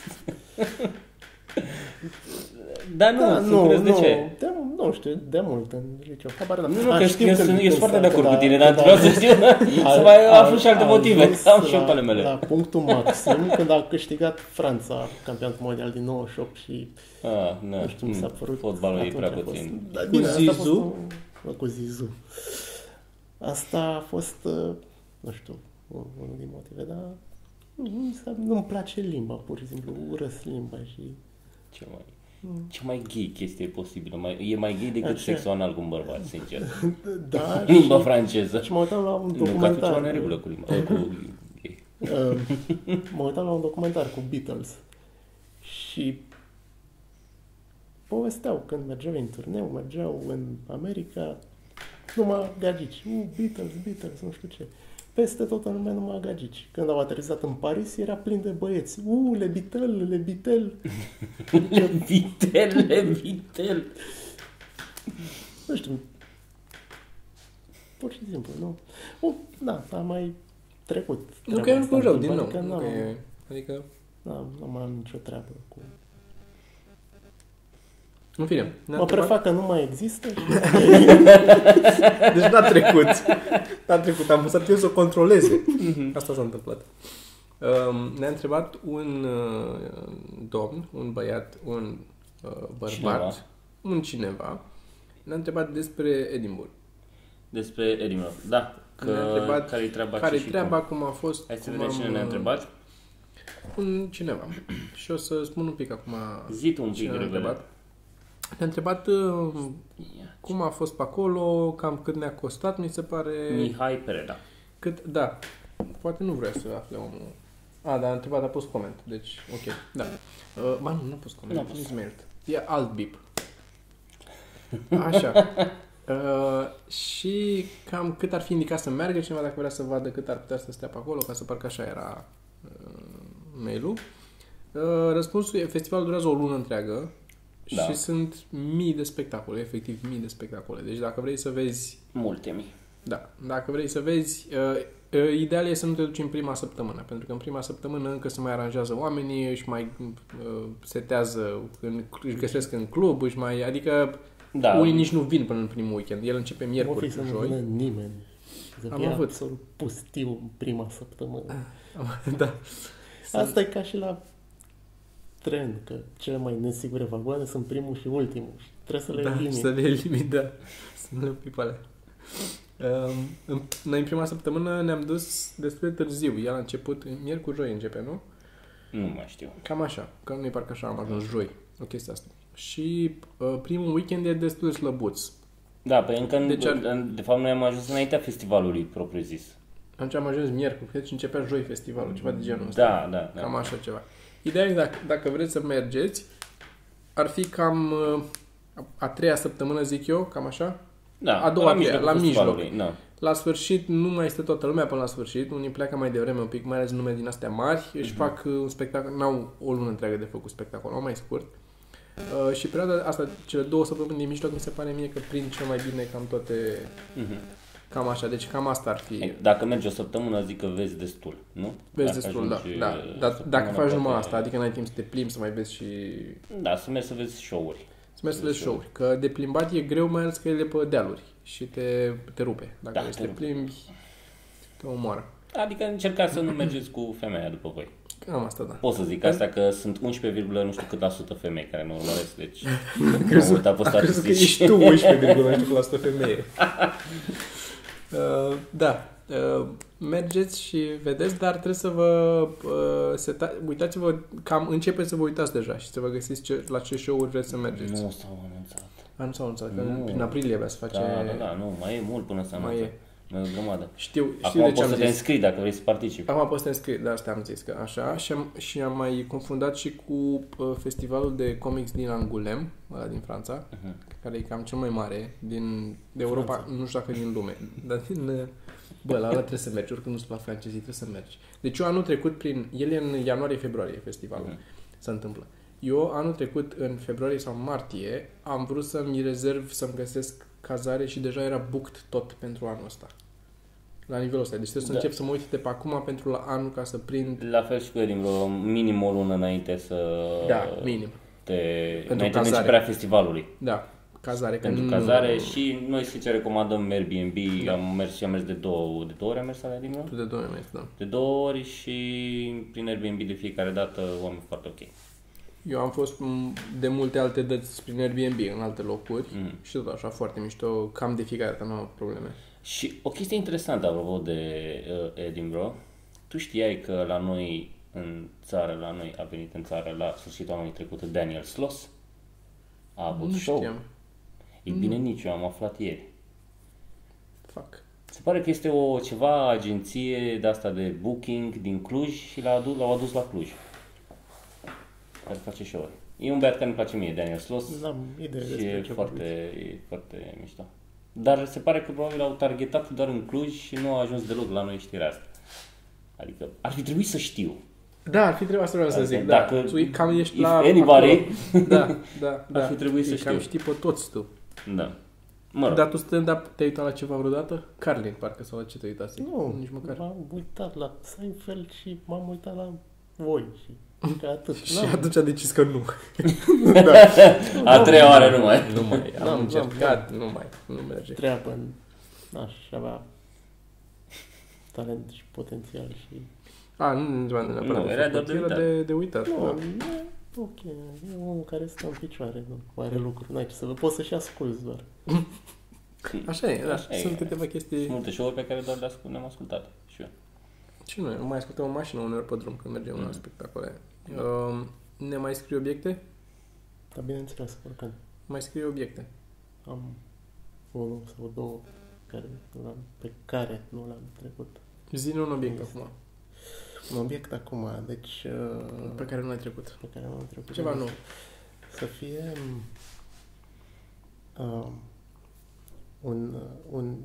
Dar nu, da, sunt nu, curios nu, de ce. De, nu știu, de mult în liceu. Habar n-am. Nu, nu, A, că eu știu sunt, eu că- sunt foarte de că acord cu da- tine, că dar da- vreau să știu, să mai a- aflu și alte a motive. ajuns Am și eu pe ale La mele. punctul maxim, când a câștigat Franța campionatul mondial din 98 și Ah, na, nu știu, mi s-a mm, părut... Fotbalul e atunci prea a fost- puțin. Da, bine, asta a fost Zizou? un- Bă, Cu Zizou. Asta a fost, uh, nu știu, un- unul din motive, dar nu- nu mi s-a- nu-mi place limba, pur și simplu, urăsc limba și... Cea mai, cea mai gay chestie posibilă. Mai, e mai gay decât Mm. Așa. sexul anal cu un bărbat, sincer. Da, și, Limba franceză. și mă uitam la un Nu, că ar fi ceva în documentar. regulă cu limba. Cu gay. Uh, mă uitam la un documentar cu Beatles și povesteau când mergeau în turneu, mergeau în America, numai gagici. U, Beatles, Beatles, nu știu ce. Peste tot în lume numai gagici. Când au aterizat în Paris, era plin de băieți. U, le Beatle, le Beatle. Le vitel, le vitel. Nu știu. Pur și simplu, nu? U, da, a mai trecut. Nu că treaba e un asta lucru rău, în din timp, nou. adică Nu că n-am- e- Adică, n-am- Nu mai am nicio treabă cu în fine. ne-a Mă întrebat- prefac că nu mai există și Deci n-a trecut. N-a trecut. Am să eu să o controleze. Asta s-a întâmplat. Um, Ne-a întrebat un uh, domn, un băiat, un uh, bărbat, Cineva. un cineva. Ne-a întrebat despre Edinburgh. Despre Edinburgh, da. Ne-a Că, întrebat care-i treaba, Care ce și treaba, cum. cum a fost... Hai să cum vedem am, cine ne-a uh, întrebat. Un cineva. Și o să spun un pic acum Zi tu un pic cine de ne-a repede. întrebat. Ne-a întrebat uh, cum a fost pe acolo, cam cât ne-a costat, mi se pare... Mihai Pereda. Cât, da, poate nu vrea să afle omul. A, dar a întrebat, a pus coment, deci, ok, da. Uh, ba nu, nu a pus coment, N-a a pus. pus merit. E alt bip. Așa. Uh, și cam cât ar fi indicat să meargă cineva dacă vrea să vadă cât ar putea să stea pe acolo, ca să parcă așa era uh, mail-ul. Uh, răspunsul e, festivalul durează o lună întreagă Da. și sunt mii de spectacole, efectiv mii de spectacole. Deci dacă vrei să vezi Multe mii. da, dacă vrei să vezi, uh, uh, ideal e să nu te duci în prima săptămână, pentru că în prima săptămână încă se mai aranjează oamenii, își mai uh, setează, în, își găsesc în club, își mai, adică Da. unii nici nu vin până în primul weekend, el începe nu fi miercuri, să nu vină joi. nimeni. Să Am fie avut. absolut pustiu în prima săptămână. da. Asta e ca și la tren, că cele mai nesigure vagoane sunt primul și ultimul. Și trebuie să le da, elimini. să le elimini, da. Să nu le pui pe alea. Um, în, noi în prima săptămână ne-am dus destul de târziu. El a început, miercuri, joi începe, nu? Nu mai știu. Cam așa, că nu e parcă așa am ajuns joi, o chestie asta. Și uh, primul weekend e destul de slăbuț. Da, pe încă, în- Deci ar- în- de fapt, noi am ajuns înaintea festivalului, propriu zis. Atunci am ajuns miercuri, cred, și începea joi festivalul, ceva de genul ăsta. Da, da, da. Cam așa ceva. Ideea e dacă, dacă vreți să mergeți, ar fi cam uh, a treia săptămână, zic eu, cam așa. da, a doua la mijlocul la festivalului, mijloc. Da. La sfârșit nu mai este toată lumea până la sfârșit, unii pleacă mai devreme un pic, mai ales nume din astea mari, își Mhm. fac uh, un spectacol, n-au o lună întreagă de făcut spectacol, au mai scurt. Uh, și perioada asta, cele două săptămâni din mijloc, mi se pare mie că prind cel mai bine cam toate, Mhm. cam așa, deci cam asta ar fi. Dacă mergi o săptămână, zic că vezi destul, nu? Vezi Dacă destul, da, ajungi, da. eh, Dar săptămâna, dacă faci poate- numai asta, adică n-ai timp să te plimbi, să mai vezi și... Da, să mergi să vezi show-uri. Să mergi să vezi show-uri. Că de plimbat e greu, mai ales că ele pe dealuri și te, te rupe. Dacă Da, vrei să te te rupe. plimbi, te omoară. Adică încercați să nu mergeți cu femeia după voi. Cam asta, da. Pot să zic asta că sunt 11, nu știu cât la sută femei care mă urmăresc, deci am uitat pe Am crezut că statistici. ești tu 11,9% femeie. Uh, da. Uh, mergeți și vedeți, dar trebuie să vă uh, seta- uitați-vă, cam începeți să vă uitați deja și să vă găsiți ce, la ce show-uri vreți să mergeți. Nu s-au anunțat. A, nu s-au anunțat, că Nu. prin aprilie avea să face... Da, da, da, nu, mai e mult până să Mai anunțe. e. o grămadă. Știu, știu Acum de ce poți am să te zis. înscrii dacă vrei să participi. Acum poți să te înscrii, dar asta am zis că așa. Și am, și am mai confundat și cu uh, festivalul de comics din Angoulême, ăla din Franța, Mhm. care e cam cel mai mare din de Europa, nu știu dacă din lume, dar din... uh, Bă, la ăla trebuie să mergi, oricum nu sunt la francezii, trebuie să mergi. Deci eu anul trecut prin... El e în ianuarie-februarie festivalul. Mhm. se întâmplă. Eu anul trecut, în februarie sau martie, am vrut să-mi rezerv, să-mi găsesc cazare și deja era booked tot pentru anul ăsta. La nivelul ăsta. Deci trebuie să Da. încep să mă uit de pe acum pentru la anul ca să prind... La fel și cu Erin, vreo minim o lună înainte să Da, minim. te... înainte de cazare. începerea festivalului. Da, cazare. că Pentru nu- cazare și noi se ce recomandăm Airbnb, am mers și am mers de două, de două ori am mers la Erin, Tu de 2 mesi, da. De două ori și prin Airbnb de fiecare dată oameni foarte ok. Eu am fost m, de multe alte dăți prin Airbnb în alte locuri Mhm. și tot așa foarte mișto, cam de fiecare dată nu am avut probleme. Și o chestie interesantă apropo de uh, Edinburgh, tu știai că la noi în țară, la noi a venit în țară la sfârșitul anului trecut Daniel Sloss? A avut nu show. știam. Ei bine, nici eu am aflat ieri. Fuck. Se pare că este o ceva agenție de asta de booking din Cluj și l-a adus, l-au adus la Cluj. Care face show-uri. E un băiat care îmi place mie, Daniel Sloss. N-am idee Și despre e ce foarte, vorbiți. e foarte mișto. Dar se pare că probabil au targetat doar în Cluj și nu a ajuns deloc la noi știrea asta. Adică ar fi trebuit să știu. Da, ar fi trebuit asta vreau să Adică zic. dacă- da. Tu cam ești if la anybody- acolo. Da, da, da. Ar fi trebuit să Ei, Cam știu. știi pe toți tu. Da. Mă rog. Dar tu stand-up te-ai uitat la ceva vreodată? Carlin, parcă, sau la ce te-ai uitat? Nu, Nici măcar. m-am uitat la Seinfeld și m-am uitat la voi și că atât. Și N-am- atunci a decis că nu. Da. a treia oară nu mai. Nu mai, am n-am, încercat, nu mai, nu merge. treabă în... Aș avea talent și potențial și... A, nu, nu era neapărat Nu, de era făcut, doar de era uitat. de, de uitat. Nu, da. e ok, e unul care stă în picioare, nu mai are lucru, n-ai ce să vă poți să-și asculti doar. Așa e, da. Așa e. Sunt câteva Sunt chestii. multe show-uri pe care doar le-am ascult- le-am ascultat. Și eu. Și noi, mai ascultăm o mașină uneori pe drum când mergem la Mm. spectacole. Um, ne mai scrii obiecte? Dar bineînțeles, oricând Mai scrii obiecte. am unul sau două care nu l-am, pe care nu l-am trecut. Zine un obiect acum, Un obiect acum, deci... uh, pe care nu l-ai trecut. pe care l-am trecut. Ceva nou. Să fie um, un, uh, un,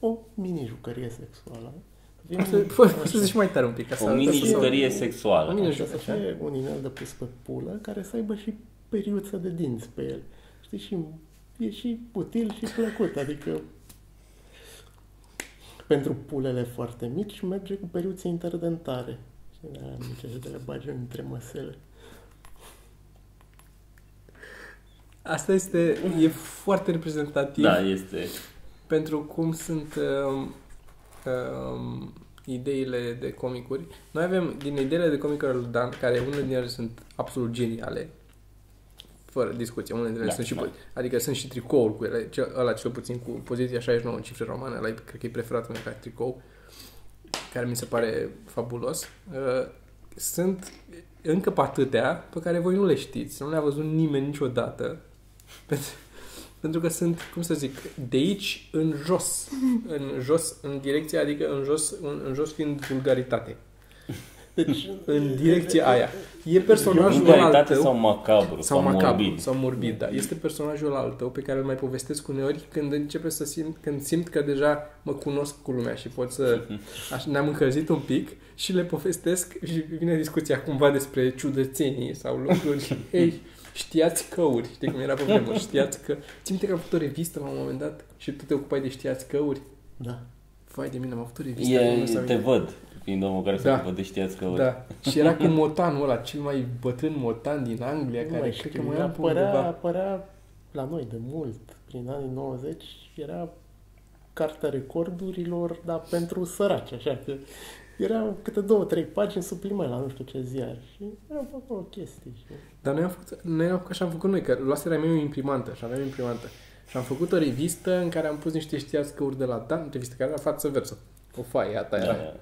o mini-jucărie sexuală. Să fie Să- un- Fă, fă să zici mai tare un pic. ca să- O ca să- mini-jucărie O sexuală. mini- Așa, să așa. fie un inel de pus pe pulă care să aibă și periuță de dinți pe el. Știi, și e și util și plăcut, adică pentru pulele foarte mici merge cu periuțe interdentare. Și de alea mici, așa de le bagi între măsele. Asta este, e foarte reprezentativ Da, este. pentru cum sunt um, um, ideile de comicuri. Noi avem, din ideile de comicuri al lui Dan, care unele din ele sunt absolut geniale, fără discuție, unele dintre ele Da, sunt și da. da. adică sunt și tricoul cu ele, cel, ăla cel puțin cu poziția 69 în cifre romane, ăla e, cred că e preferatul meu ca tricou, care mi se pare fabulos. Uh, Sunt încă pe atâtea pe care voi nu le știți, nu le-a văzut nimeni niciodată. Pentru, pentru că sunt, cum să zic, de aici în jos, în jos, în direcția, adică în jos, în, în jos fiind vulgaritate. Deci, În direcția aia. E personajul ăla al Vulgaritate tău. sau Sau macabru sau, macabru, morbid. sau morbid, da. Este personajul al tău pe care îl mai povestesc uneori când începe să simt, când simt că deja mă cunosc cu lumea și pot să... Aș, ne-am încălzit un pic și le povestesc și vine discuția cumva despre ciudățenii sau lucruri. Ei, știați căuri, știi cum era pe vremuri, știați că... Țin că am făcut o revistă la un moment dat și tu te ocupai de știați căuri. da. Vai de mine, am avut o revistă. acum E, nu s-a te venit. văd, fiind omul care se Da. ocupă de știați că da. Și era cu motanul ăla, cel mai bătrân motan din Anglia, Nu care mai cred că știu, mai era pe apărea, undeva. apărea la noi de mult, prin anii 90, era cartea recordurilor, dar pentru săraci, așa că erau câte două, trei pagini suplime la nu știu ce ziar și erau pe acolo chestii. Și... Dar noi am făcut, noi am făcut așa am făcut noi, că luaseră mea o imprimantă și aveam imprimantă. Și am făcut o revistă în care am pus niște știați căuri de la Dan, revistă care era față versă. O faie, a ta era. Da.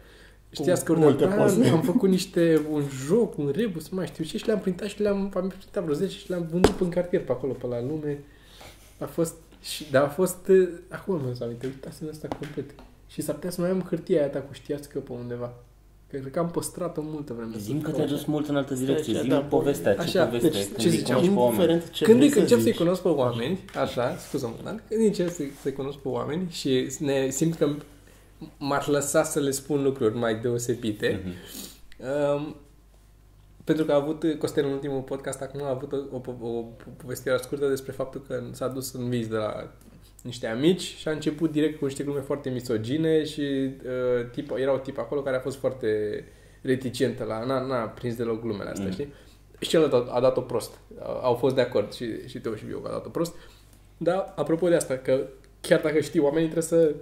Știați că Cu de multe Dan, poze. am făcut niște, un joc, un rebus, nu mai știu ce, și le-am printat și le-am am printat vreo 10 și le-am vândut în cartier pe acolo, pe la lume. A fost, și, dar a fost, eh, acum mi-am aminte, uitasem asta complet. Și s-ar putea să mai am hârtia aia ta cu știați că pe undeva. Că cred că am păstrat-o multă vreme. Zim că te-ai dus mult în altă Stai direcție, așa, zi da, da, povestea, ce Așa, poveste, Deci, când ce îi ziceam? cunoști pe oameni. Indiferent ce Când vrei îi- să încep să-i zici. cunosc pe oameni, așa, scuză-mă, dar când încep să-i, să-i cunosc pe oameni și ne simt că m-ar lăsa să le spun lucruri mai Mm. deosebite, Mhm. Um, pentru că a avut Costel în ultimul podcast acum a avut o, o, po- o povestire scurtă despre faptul că s-a dus în vis de la niște amici și a început direct cu niște glume foarte misogine și uh, tip, era o tip acolo care a fost foarte reticentă la n-a, n-a prins deloc glumele astea, Mm. mm. știi? Și el a dat, a dat-o prost. Au- Au fost de acord și, și Teo și eu că a dat-o prost. Dar apropo de asta, că chiar dacă știi oamenii trebuie să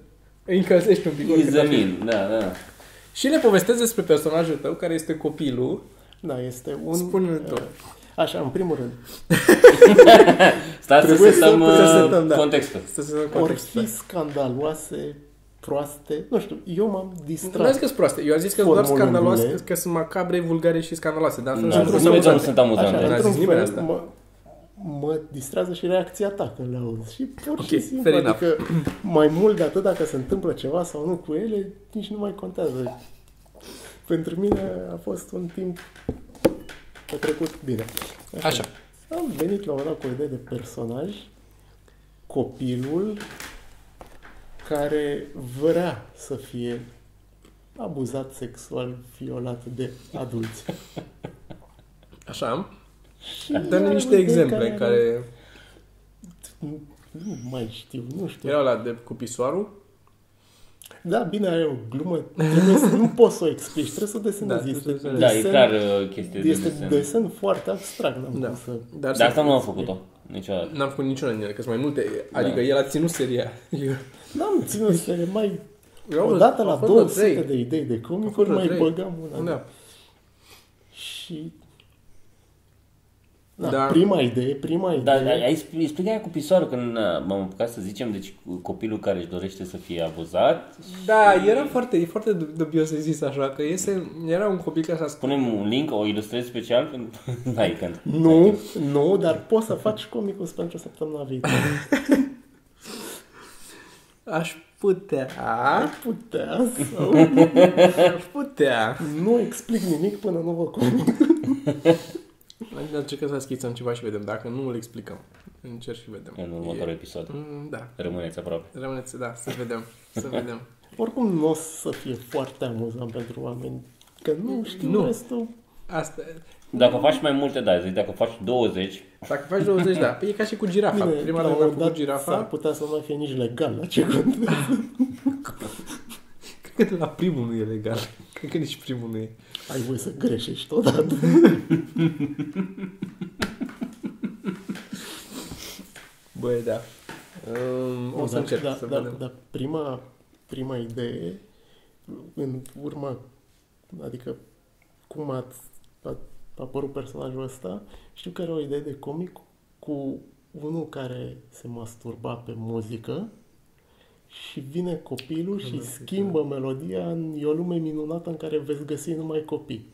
îi încălzești un pic. oricât ar fi. Izămin, da, da. Și ne povestesc despre personajul tău care este copilul. Da, este un... Spune-ne tu. uh, Așa, în primul rând, Stați să Trebuie să- setăm trebuie să uh, setăm, da. contextul. Să se ori fi scandaloase, proaste, nu știu, eu m-am Nu am distrat. zis că sunt proaste. Eu am zis că sunt doar Formulele. Da, scandaloase, că sunt macabre, vulgare și scandaloase. Dar Nu, atunci nu nu sunt amuzante. sunt sunt amuzante. n-a Așa, într-un zis nimeni fel, asta. mă, mă distrează și reacția ta când le auzi. Și pur Ok, și simplu, fair adică mai mult de atât dacă se întâmplă ceva sau nu cu ele, nici nu mai contează. Pentru mine a fost un timp petrecut bine. Așa. Am venit la un moment dat cu o idee de personaj, copilul care vrea să fie abuzat sexual, violat de adulți. Așa. Și era Dă-ne o niște idee exemple care Nu, nu mai știu, nu știu. erau la de cu pisoarul. Da, bine, ai o glumă. Trebuie să, nu poți să o explici, trebuie să o desenezi. Da, trebuie să este o Da, e clar uh, chestie de este desen. desen foarte abstract. N-am Da. cum să... Dar Dar asta sunt- nu am făcut-o niciodată. N-am făcut niciuna din ele, că sunt mai multe. Adică Da. el a ținut seria. Eu- N-am ținut să le mai... eu- Odată la au fost vreo 200 trei. de idei de Au fost comicuri vreo mai trei. băgam una. Da. Și... Da, Da. prima idee, prima idee. Dar ai- ai sp- explica aia cu pisoarul când uh, m-am apucat să zicem, deci cu copilul care își dorește să fie abuzat, Da, era foarte, e foarte dub- dubios de zis așa, că este, era un copil care s-a scos. punem un link, o ilustrez special pentru Hai, când. Nu, nu, dar poți să faci comicus pentru săptămâna viitoare. Aș putea, Ai putea sau aș putea. nu explic nimic până nu vă comic. Adică încercăm să schițăm ceva și vedem. Dacă nu, îl explicăm. Încerc și vedem. în următorul E- episod. Mm, Da. Rămâneți aproape. Rămâneți, da, să vedem. Să vedem. Oricum nu o să fie foarte amuzant pentru oameni. Că nu știu Nu. nu. restul. Asta, Dacă faci mai multe, da, zic, dacă faci 20, dacă faci 20, da. Păi e ca și cu girafa. Bine, Prima la dată când un am moment făcut dat s-ar girafa, putea să nu mai fie nici legal la ce gând. cred că de la primul nu e legal. Cred că nici primul nu e. Ai voie să greșești odată. Băi, da. Um, o să dar- încerc dar- să dar- vedem. dar prima, prima idee, în urma, adică cum a, a apărut personajul ăsta, știu că era o idee de comic cu unul care se masturba pe muzică și vine copilul și schimbă melodia în E o lume minunată în care veți găsi numai copii,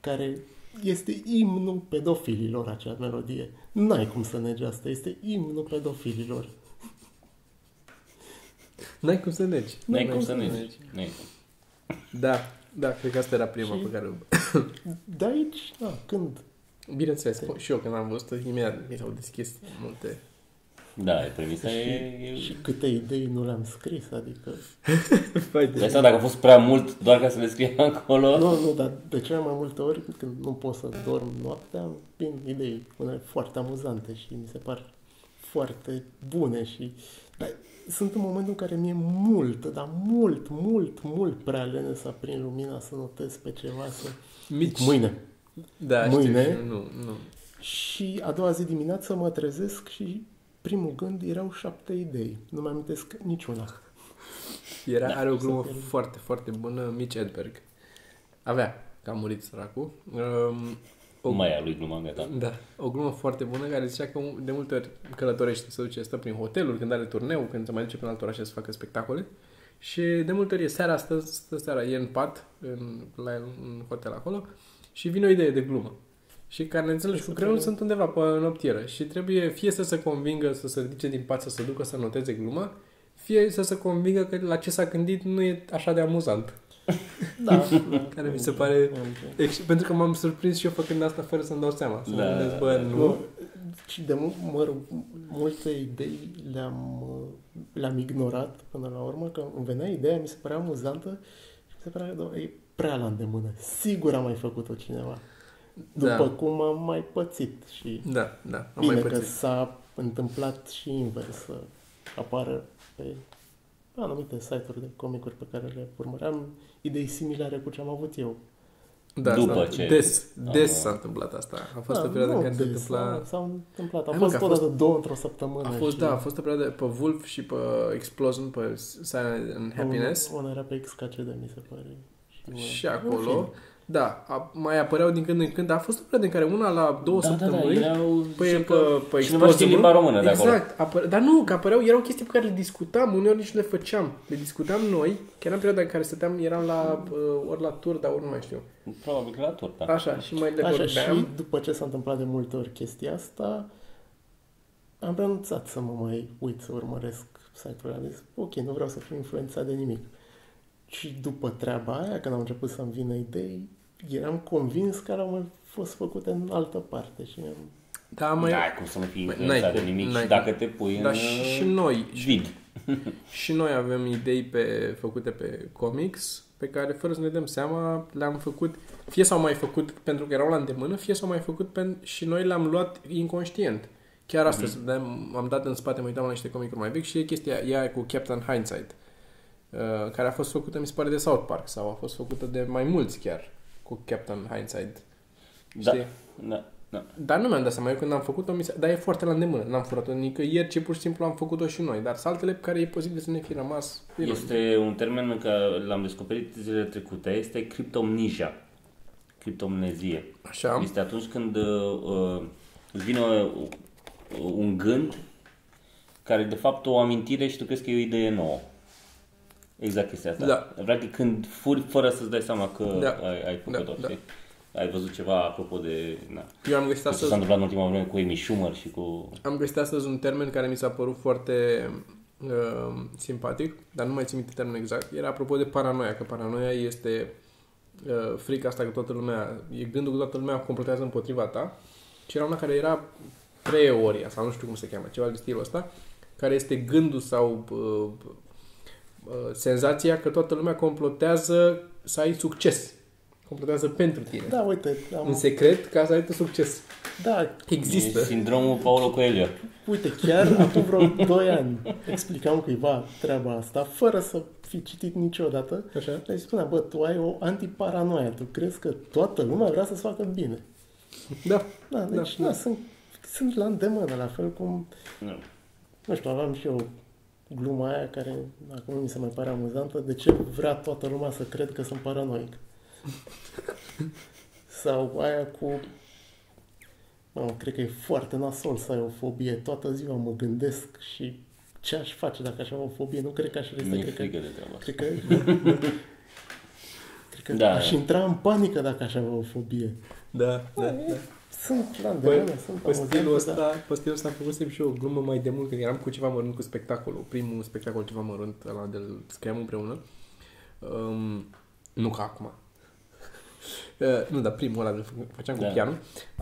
care este imnul pedofililor acea melodie. N-ai cum să negi asta, este imnul pedofililor. N-ai cum să negi. n-ai cum să cum ne să zici. N-ai. Da, da, cred că asta era prima Și- pe care... De aici, da, când Bineînțeles, și eu când am văzut-o, imediat mi s-au deschis multe... Da, e premisa e... e- și câte idei nu le-am scris, adică... Vai Dai seama dacă a fost prea mult doar ca să le scrie acolo. Nu, nu, dar de cele mai multe ori, când nu pot să dorm noaptea, vin idei unele foarte amuzante și mi se par foarte bune și... Dar sunt în momentul în care mi-e mult, dar mult, mult, mult prea lene să aprind lumina, să notez pe ceva, să... Mici. Mâine. Da, Mâine. știu, știu, nu, nu. Și a doua zi dimineață mă trezesc și primul gând erau șapte idei. Nu mi amintesc niciuna. Era, da, are o glumă să fie. foarte, foarte bună, Mitch Edberg. Avea, că a murit săracul. Um, o, Nu mai e a lui gluma gata. da, o glumă foarte bună care zicea că de multe ori călătorește, se duce, stă prin hoteluri, când are turneu, când se mai duce prin alt oraș să facă spectacole. Și de multe ori e seara, stă, stă seara, e în pat, în, la el, în hotel acolo, și vine o idee de glumă. Și carnețele și cu creionul sunt undeva pe noptieră și trebuie fie să se convingă să se ridice din pat să se ducă să noteze gluma, fie să se convingă că la ce s-a gândit nu e așa de amuzant. Da. Care mi se pare- Ex- Deci, pentru că m-am surprins și eu făcând asta fără să-mi dau seama. Să Da, da, gândesc, da, bă, da. nu. Nu. Și de mult, mă rog, multe idei le-am, uh, le-am ignorat până la urmă, că îmi venea ideea, mi se părea amuzantă și mi se părea că e prea la îndemână. Sigur a mai făcut-o cineva. Da. După cum am mai pățit și Da, da, am Bine mai că pățit. s-a întâmplat și invers, să apară pe anumite site-uri de comicuri pe care le urmăream idei similare cu ce am avut eu. Da, După s-a- ce- Des, Da, des da. s-a întâmplat asta. A fost Da, o perioadă în nu care se zis, întâmpla... s-a- S-a întâmplat. A Hai, mă, fost că a odată fost- două într-o săptămână. A fost, și- da, a fost o perioadă pe Wolf și pe Explosion, pe Silent and Happiness. Una, una era pe XKCD, mi se pare. una- Și în acolo, fine. da, a, mai apăreau din când în când. A fost o perioadă în care una la două da, da, da, săptămâni... erau... Păi, și pe, că- pe și nu mai știi Explosive, limba română de acolo. Exact, apă, dar nu, că apăreau, erau chestii pe care le discutam, uneori nici nu le făceam. Le discutam noi, chiar în perioada în care stăteam, eram la, uh, ori la tur, dar ori nu mai știu. Probabil că la da. turta. Așa, și mai le Așa, și vorbeam. după ce s-a întâmplat de multe ori chestia asta, am renunțat să mă mai uit să urmăresc site-urile. Am zis, ok, nu vreau să fiu influențat de nimic. Și după treaba aia, când am început să-mi vină idei, eram convins că erau mai fost făcute în altă parte. Și am... Da, mai... Mai... N-ai cum să nu fii Păi, influențat n-ai de cum, nimic n-ai și dacă cum. te pui în Dar și, și noi, și, vid. și noi avem idei pe, făcute pe comics pe care, fără să ne dăm seama, le-am făcut, fie s-au mai făcut pentru că erau la îndemână, fie s-au mai făcut pen, și noi le-am luat inconștient. Chiar astăzi mm-hmm. am dat în spate, mă uitam la niște comicuri mai vechi și e chestia ea cu Captain Hindsight, uh, care a fost făcută, mi se pare, de South Park sau a fost făcută de mai mulți chiar cu Captain Hindsight. Da, Știi? da, da. Dar nu mi-am dat seama, eu când am făcut-o, mi se... dar e foarte la îndemână, n-am furat-o nicăieri, ci pur și simplu am făcut-o și noi, dar saltele pe care e posibil să ne fi rămas, e noi. Este un termen în care l-am descoperit zilele trecute, este criptomnija, criptomnezie. așa, Este atunci când uh, uh, îți vine uh, un gând care de fapt o amintire și tu crezi că e o idee nouă. Exact chestia asta. Da. Practic când furi fără să-ți dai seama că Da. ai, ai făcut-o, Da, știi? Ai văzut ceva apropo de... Na. eu am găsit Ce s-a astăzi, întâmplat în ultima vreme cu Amy Schumer și cu... am găsit astăzi un termen care mi s-a părut foarte uh, simpatic, dar nu mai țin minte termenul exact, era apropo de paranoia, că paranoia este uh, frica asta că toată lumea, e gândul că toată lumea completează împotriva ta, și era una care era preoria, sau nu știu cum se cheamă, ceva de stilul ăsta, care este gândul sau uh, uh, senzația că toată lumea complotează să ai succes. Complotează pentru tine. Da. Da, uite, am... În secret, ca să ai tu succes. da, Există. E sindromul Paulo Coelho. Uite, chiar acum vreo 2 ani explicam cuiva treaba asta, fără să fi citit niciodată. Așa. Le spunea, bă, tu ai o antiparanoia, tu crezi că toată lumea vrea să-ți facă bine. Da. Da, deci, da, da. sunt, sunt la îndemână, la fel cum, Nu. nu știu, aveam și eu gluma aia care acum mi se mai pare amuzantă, de ce vrea toată lumea să cred că sunt paranoic? Sau aia cu... Mamă, cred că e foarte nasol să ai o fobie. Toată ziua mă gândesc și ce aș face dacă aș avea o fobie. Nu cred că aș resta, Mi-e cred că frică de treaba asta. Cred că... Cred că Da. da. aș intra în panică dacă aș avea o fobie. Da, da, da. Sunt la Bă, îndemână, sunt Păi, da. pe stilul amuzante, ăsta, pe stilul ăsta am făcut și eu o glumă mai de mult, când eram cu ceva mărunt cu spectacolul, primul spectacol ceva mărunt, ăla de scriam împreună. Um, nu ca acum. Uh, nu, dar primul ăla de făceam cu Da. pianul.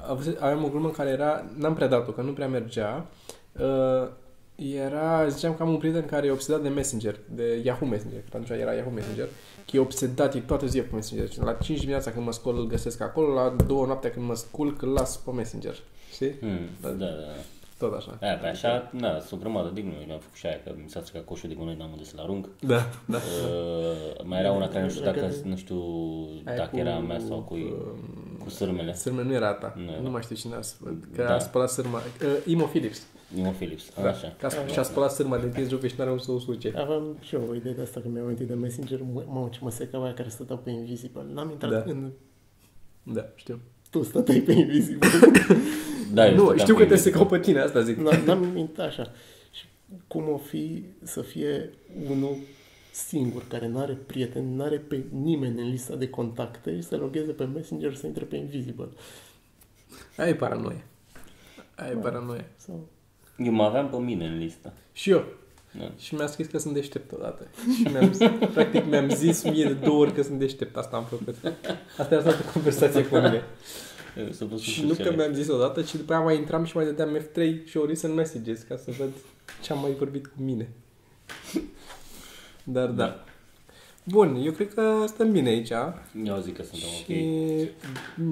Avuse- Aveam o glumă care era, n-am prea dat-o, că nu prea mergea. Uh, era, ziceam că am un prieten care e obsedat de Messenger, de Yahoo Messenger, că atunci era Yahoo Messenger, că e obsedat, e toată ziua pe Messenger. Deci, la 5 dimineața când mă scol, îl găsesc acolo, la 2 noaptea când mă sculc, îl las pe Messenger. Știi? Hmm, da, da, da. Tot așa. Da, pe așa, da, sunt o grămadă de glume. Mi-am făcut și aia, că mi s-a stricat coșul de gunoi, n-am unde să-l arunc. Da, da. Uh, mai era una care nu știu Dacă- dacă, nu știu dacă era a mea sau cui, cu sârmele. uh, Sârmă nu era a ta. Nu era. Nu, mai știu cine a spălat. Că Da. a spălat sârma. Uh, Imo Philips. Nimo Philips, Da. așa. Că a, sp- și-a spălat sârma de tins joc și n-are unde să o suce. da. Aveam și eu o idee de asta, că mi-am amintit de Messenger. Mă, mamă, ce mă secau aia care stăteau pe Invisible. N-am intrat Da. da. în... Da, știu. Tu stăteai pe Invisible. Da, eu nu, stăteam știu pe că te invers. secau pe tine, asta zic. N- N-am intrat așa. Și cum o fi să fie unul singur, care nu are prieteni, nu are pe nimeni în lista de contacte și să logheze pe Messenger să intre pe Invisible. Aia e paranoia. Aia e paranoia. Sau... Eu mă aveam pe mine în listă. Și eu. Da. Și mi-a scris că sunt deștept odată. Și mi-am, practic mi-am zis mie de două ori că sunt deștept. Asta am făcut. Asta era toată conversația cu mine. E, S-a pus Și nu că mi-am zis odată, ci după aia mai intram și mai dădeam F3 și o recent messages ca să văd ce am mai vorbit cu mine. Dar da. Bun, eu cred că stăm bine aici. Eu zic că suntem ok. Și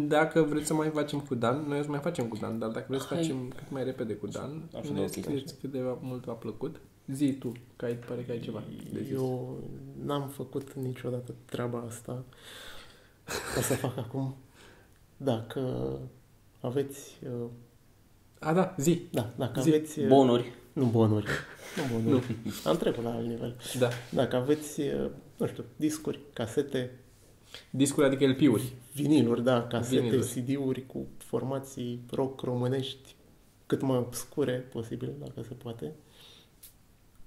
dacă vreți să mai facem cu Dan, noi o să mai facem cu Dan, dar dacă vreți să Hai. facem cât mai repede cu Dan, Am și ne două chestii. scrieți câteva mult v-a plăcut. Zi tu, că ai, pare că ai ceva de zis. Eu n-am făcut niciodată treaba asta. O să fac acum. Dacă aveți... uh, A, da, zi. Da, dacă Zi. aveți... uh, Bonuri. Nu bonuri. Nu bonuri. Am trecut la alt nivel. Da. Dacă aveți, uh, nu știu, discuri, casete, Discuri, adică LP-uri. viniluri, da, casete, Viniluri. CD-uri cu formații rock românești cât mai obscure posibil, dacă se poate.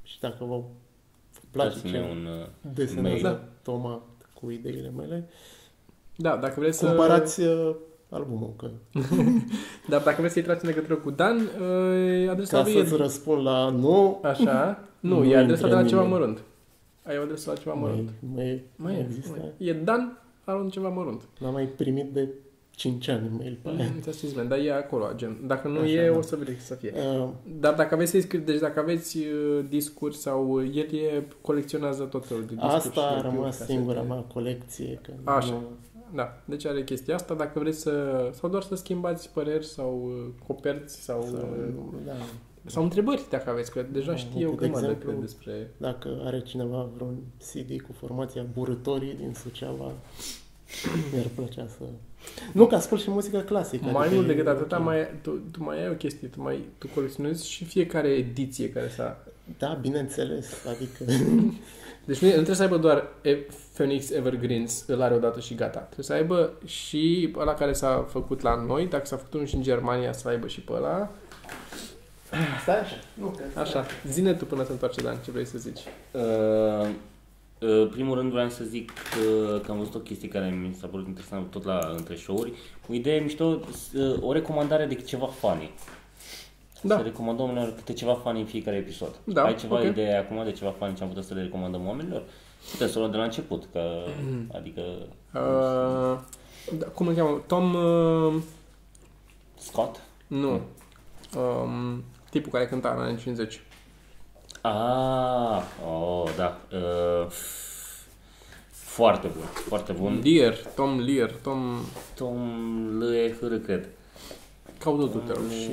Și dacă vă place Dați-ne ce un... uh, desenează mail. Toma cu ideile mele, Da, dacă vreți să... cumpărați uh, albumul, că Dar Da, dacă vreți să intrați în legătură cu Dan, eh, adresa ca lui să-ți e... răspund la nu, Așa. Nu, Nu e adresa de intră la ceva nimeni. mărunt. Ai o adresă la ceva mărunt. mai, mai, Mai e, există. mai e. E Dan arun ceva mărunt. L-am mai primit de 5 ani mail pe aia. Nu ți dar e acolo, gen. Dacă nu Păi. Așa, e, da. o să vrei să fie. Uh, Dar dacă aveți să-i scrie, deci dacă aveți uh, discuri sau uh, el e, colecționează tot felul de discuri. Asta și a LP-uri, rămas casete. singura mea colecție. Că Așa. Nu... Da, deci are chestia asta. Dacă vreți să, sau doar să schimbați păreri sau uh, coperți sau, Sau, sau, da, sau întrebări dacă aveți, că deja Da, știu eu uite, că de mă exemplu, cred despre... dacă are cineva vreun CD cu formația Burătorii din Suceava, mi-ar plăcea să... Nu, că ascult și muzică clasică. Mai adică mult e decât ok. atâta, mai, tu, tu mai ai o chestie, tu, mai, tu colecționezi și fiecare ediție care s-a... Da, bineînțeles, adică... Deci nu, e- nu trebuie să aibă doar e- Phoenix Evergreens, îl are odată și gata. Trebuie să aibă și ăla care s-a făcut la noi, dacă s-a făcut unul și în Germania, să aibă și pe ăla. Stai așa, nu că... Așa, zine tu până se întoarce Dan, ce vrei să zici. Uh, uh, primul rând vreau să zic uh, că am văzut o chestie care mi s-a părut interesantă tot la între show-uri. O idee mișto, s- uh, o recomandare de ceva funny. Da. Să recomandăm oamenilor câte ceva funny în fiecare episod. Da, Ai ceva ok. idee acum de ceva funny ce am putea să le recomandăm oamenilor? Putem să o luăm de la început, că, adică Mm. Uh, da, cum îl cheamă? Tom... Uh, Scott. nu. Um, tipul care cânta în anii 50. Ah, oh, da. Uh, foarte bun, foarte bun. Lear, Tom Lear, Tom... Tom L. cred. Caută tu, te rog, și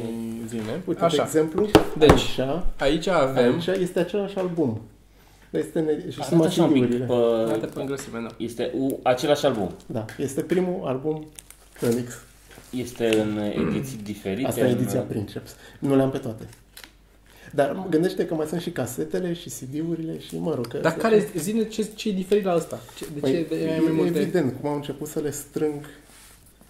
zine. Uite, de Așa, exemplu, Deci, aici, aici avem... aici este același album. Dar Este ne... și sunt Arată așa un pic CD-urile. Arată pe, pe îngrăsime, da. Este u, același album. Da, este primul album Phoenix. Este în ediții diferite. Asta e în- uh, ediția Princeps. Nu le-am pe toate. Dar gândește că mai sunt și casetele și CD-urile și mă rog. că- Dar care, zine ce, ce e diferit la asta? Ce, de Păi, ce de, ai mai multe? Evident, cum am început să le strâng.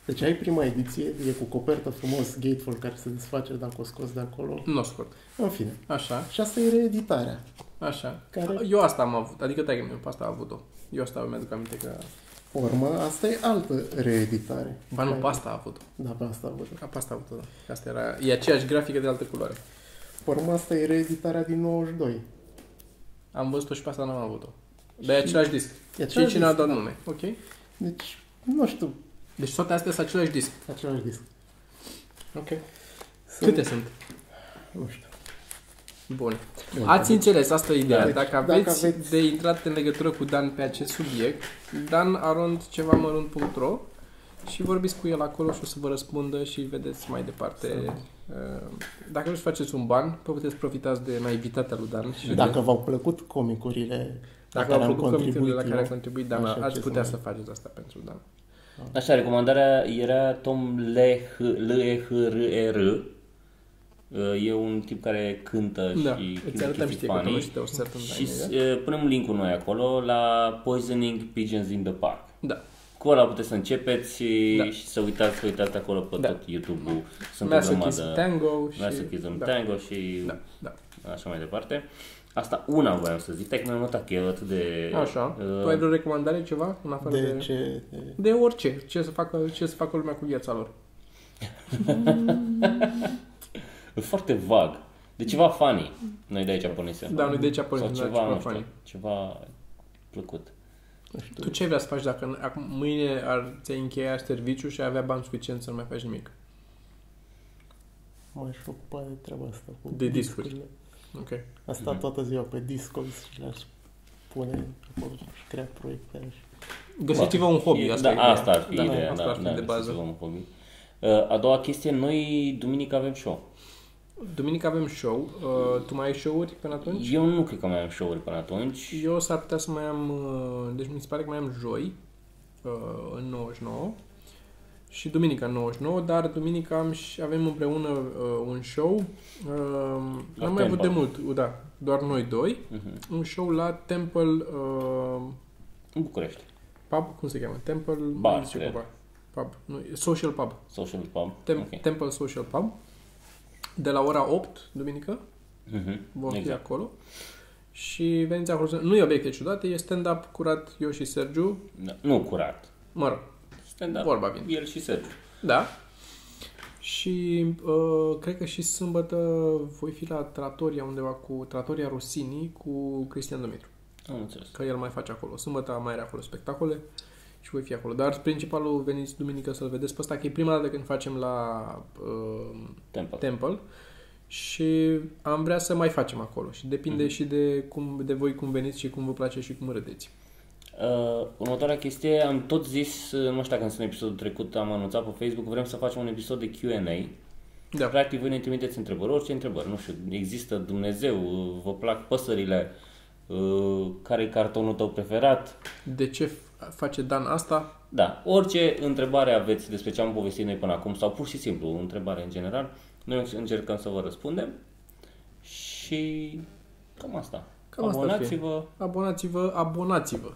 Deci ai prima ediție, e cu copertă frumos, gatefold care se desface dacă o scoți de acolo. Nu o scot. În fine. Așa, Și asta e reeditarea. așa. Care- Eu asta am avut, adică tagă meu, pe asta a avut-o. Eu asta mi-aduc aminte că... Urmă, asta e altă reeditare. Ba nu, Care- pe asta a avut-o. Da, pe asta văd. A, Pe asta a avut-o, da. Că Asta era, e aceeași grafică de altă culoare. Urmă, asta e reeditarea din 92. Am văzut-o și pe asta n-am avut-o. Dar e același disc. E Și același cine a disc. dat nume. Ok. Deci, nu știu, Deci toate astea sunt același disc. același disc. Ok. Sunt- Câte sunt? Nu știu. Bun. Ați înțeles, asta e ideea. Deci, Dacă dacă aveți, aveți- de intrat în legătură cu Dan pe acest subiect, danarondcevamărunt.ro și vorbiți cu el acolo și o să vă răspundă și vedeți mai departe. uh, Dacă vreți să faceți un ban, vă puteți profitați de naivitatea lui Dan. Și Dacă v-au plăcut comicurile la dacă care au am plăcut comentariile contribuit la care a eu, contribuit Dan, așa, ați ce putea să să faceți asta pentru Dan. Așa, recomandarea era Tom L. H. L. E. H. R. E. R. E un tip care cântă Da, și îți arătăm știi că funny. și te observăm Și e, punem linkul noi acolo la Poisoning Pigeons in the Park. Da. Cu ăla puteți să începeți Da. și să uitați, să uitați acolo pe Da. tot YouTube-ul. Sunt o Masochist grămadă. Tango și... Masochist da, Tango și Da, da. așa mai departe. Asta una voiam să zic, dar mi-am notat că e atât de... Așa. Păi- Uh, Tu ai vreo recomandare, ceva, în afară de... De ce? de- De orice, ce să facă, ce să facă lumea cu viața lor. foarte vag. De ceva funny. Noi de aici pornisem. Da, noi de aici pornisem, Sau da, ceva, ceva nu știu, funny. ceva plăcut. Tu ce vrea să faci dacă acum, mâine ar, ți-ai încheia serviciu și ai avea bani suficient să nu mai faci nimic? M-aș ocupa de treaba asta cu De discuri. discurile. Ok. Am stat Mhm. toată ziua pe Discord și le-aș pune acolo și crea proiecte. și- Găsiți-vă un hobby, E- asta da, e asta ar fi da, ideea, asta da, ar fi da, de să bază. luăm un hobby. Uh, A doua chestie, noi duminică avem show. Duminică avem show. Uh, tu mai ai show-uri până atunci? Eu nu cred că mai am show-uri până atunci. Eu s-ar putea să mai am, uh, deci mi se pare că mai am joi, uh, în 99, și duminica în 99, dar duminica am și avem împreună uh, un show, uh, La l-am mai avut de Temple. mult, uh, da, doar noi doi, Mhm. un show la Temple, uh, În București. pub, cum se cheamă? Temple, Bar, nu știu cum cred. bar. Pub, nu, social pub, Social pub. Tem- Ok. Temple Social Pub, de la ora 8, duminică, Mhm. vom fi Exact. acolo. Și veniți acolo. să- Nu e obiecte ciudate, e stand-up curat eu și Sergiu. Da. Nu curat. Mă rog, Stand-up. Vorba vine. El și Sergiu. da. Și uh, cred că și sâmbătă voi fi la Tratoria undeva cu Tratoria Rossini cu Cristian Dumitru. Am înțeles. Că el mai face acolo. Sâmbătă mai are acolo spectacole și voi fi acolo. Dar principalul veniți duminică să-l vedeți pe ăsta, că e prima dată când facem la uh, Temple. Temple și am vrea să mai facem acolo și depinde și de, cum, de voi cum veniți și cum vă place și cum râdeți. Uh, următoarea chestie, am tot zis, uh, nu știu dacă în sunt episodul trecut, am anunțat pe Facebook, vrem să facem un episod de Q&A. Da. Practic voi ne trimiteți întrebări, orice întrebări, nu știu, există Dumnezeu, uh, vă plac păsările, uh, care e cartonul tău preferat, De ce f- face Dan asta? da, orice întrebare aveți despre ce am povestit noi până acum sau pur și simplu o întrebare în general, noi încercăm să vă răspundem și cam asta. Cam asta ar fi. Abonați-vă, Abonați-vă, abonați-vă.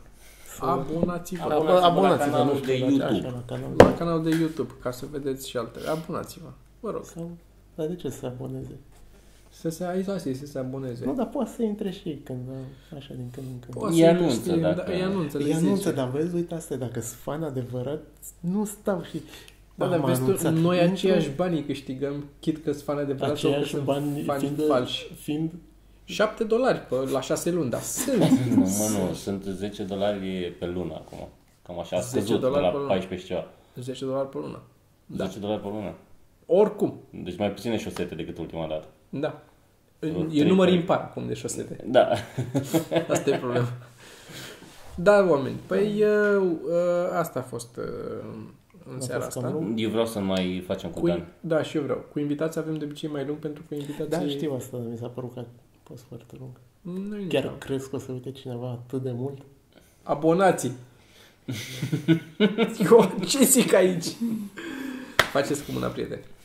Abonați-vă Abonați-vă la abonați-vă, canalul nu știu, de la ce- YouTube. așa, la canalul. la canalul de YouTube ca să vedeți și altele. Abonați-vă. Vă rog. Sau... Dar de ce să se aboneze? Să se aici asta e, să se aboneze. Nu, dar poate să intre și ei când, așa din când în când. Poate Îi să anunță știe, dacă- da, Îi anunță, da. le Îi anunță, zice. dar vezi, uite asta, e, dacă sunt fan adevărat, nu stau și... Da, Am dar vezi tu, anunțat. noi Intru- aceiași bani îi câștigăm, chit că sunt fani adevărați sau că Aceiași sunt bani, fani fiind, falși. fiind 7 dolari pe, la 6 luni, dar sunt. Nu, mă, nu, sunt 10 dolari pe lună acum. Cam așa a 10 scăzut de dolari la pe lună. 14 și ceva. 10 dolari pe lună. Da. 10 dolari pe lună. Oricum, Deci mai puține șosete decât ultima dată. da. E trei, număr trei. impar acum de șosete. Da. Asta e problema. Da, oameni, păi eu, uh, asta a fost uh, în seara fost cam asta. lung. Eu vreau să mai facem cu Cu, Dan. da, și eu vreau. Cu invitații avem de obicei mai lung pentru că invitații... Da, știu asta, dar mi s-a părut că a fost foarte lung. Nu e Chiar nicio- crezi că o să uite cineva atât de mult? Abonații. Eu, ce zic aici? Faceți cu mâna, prieteni.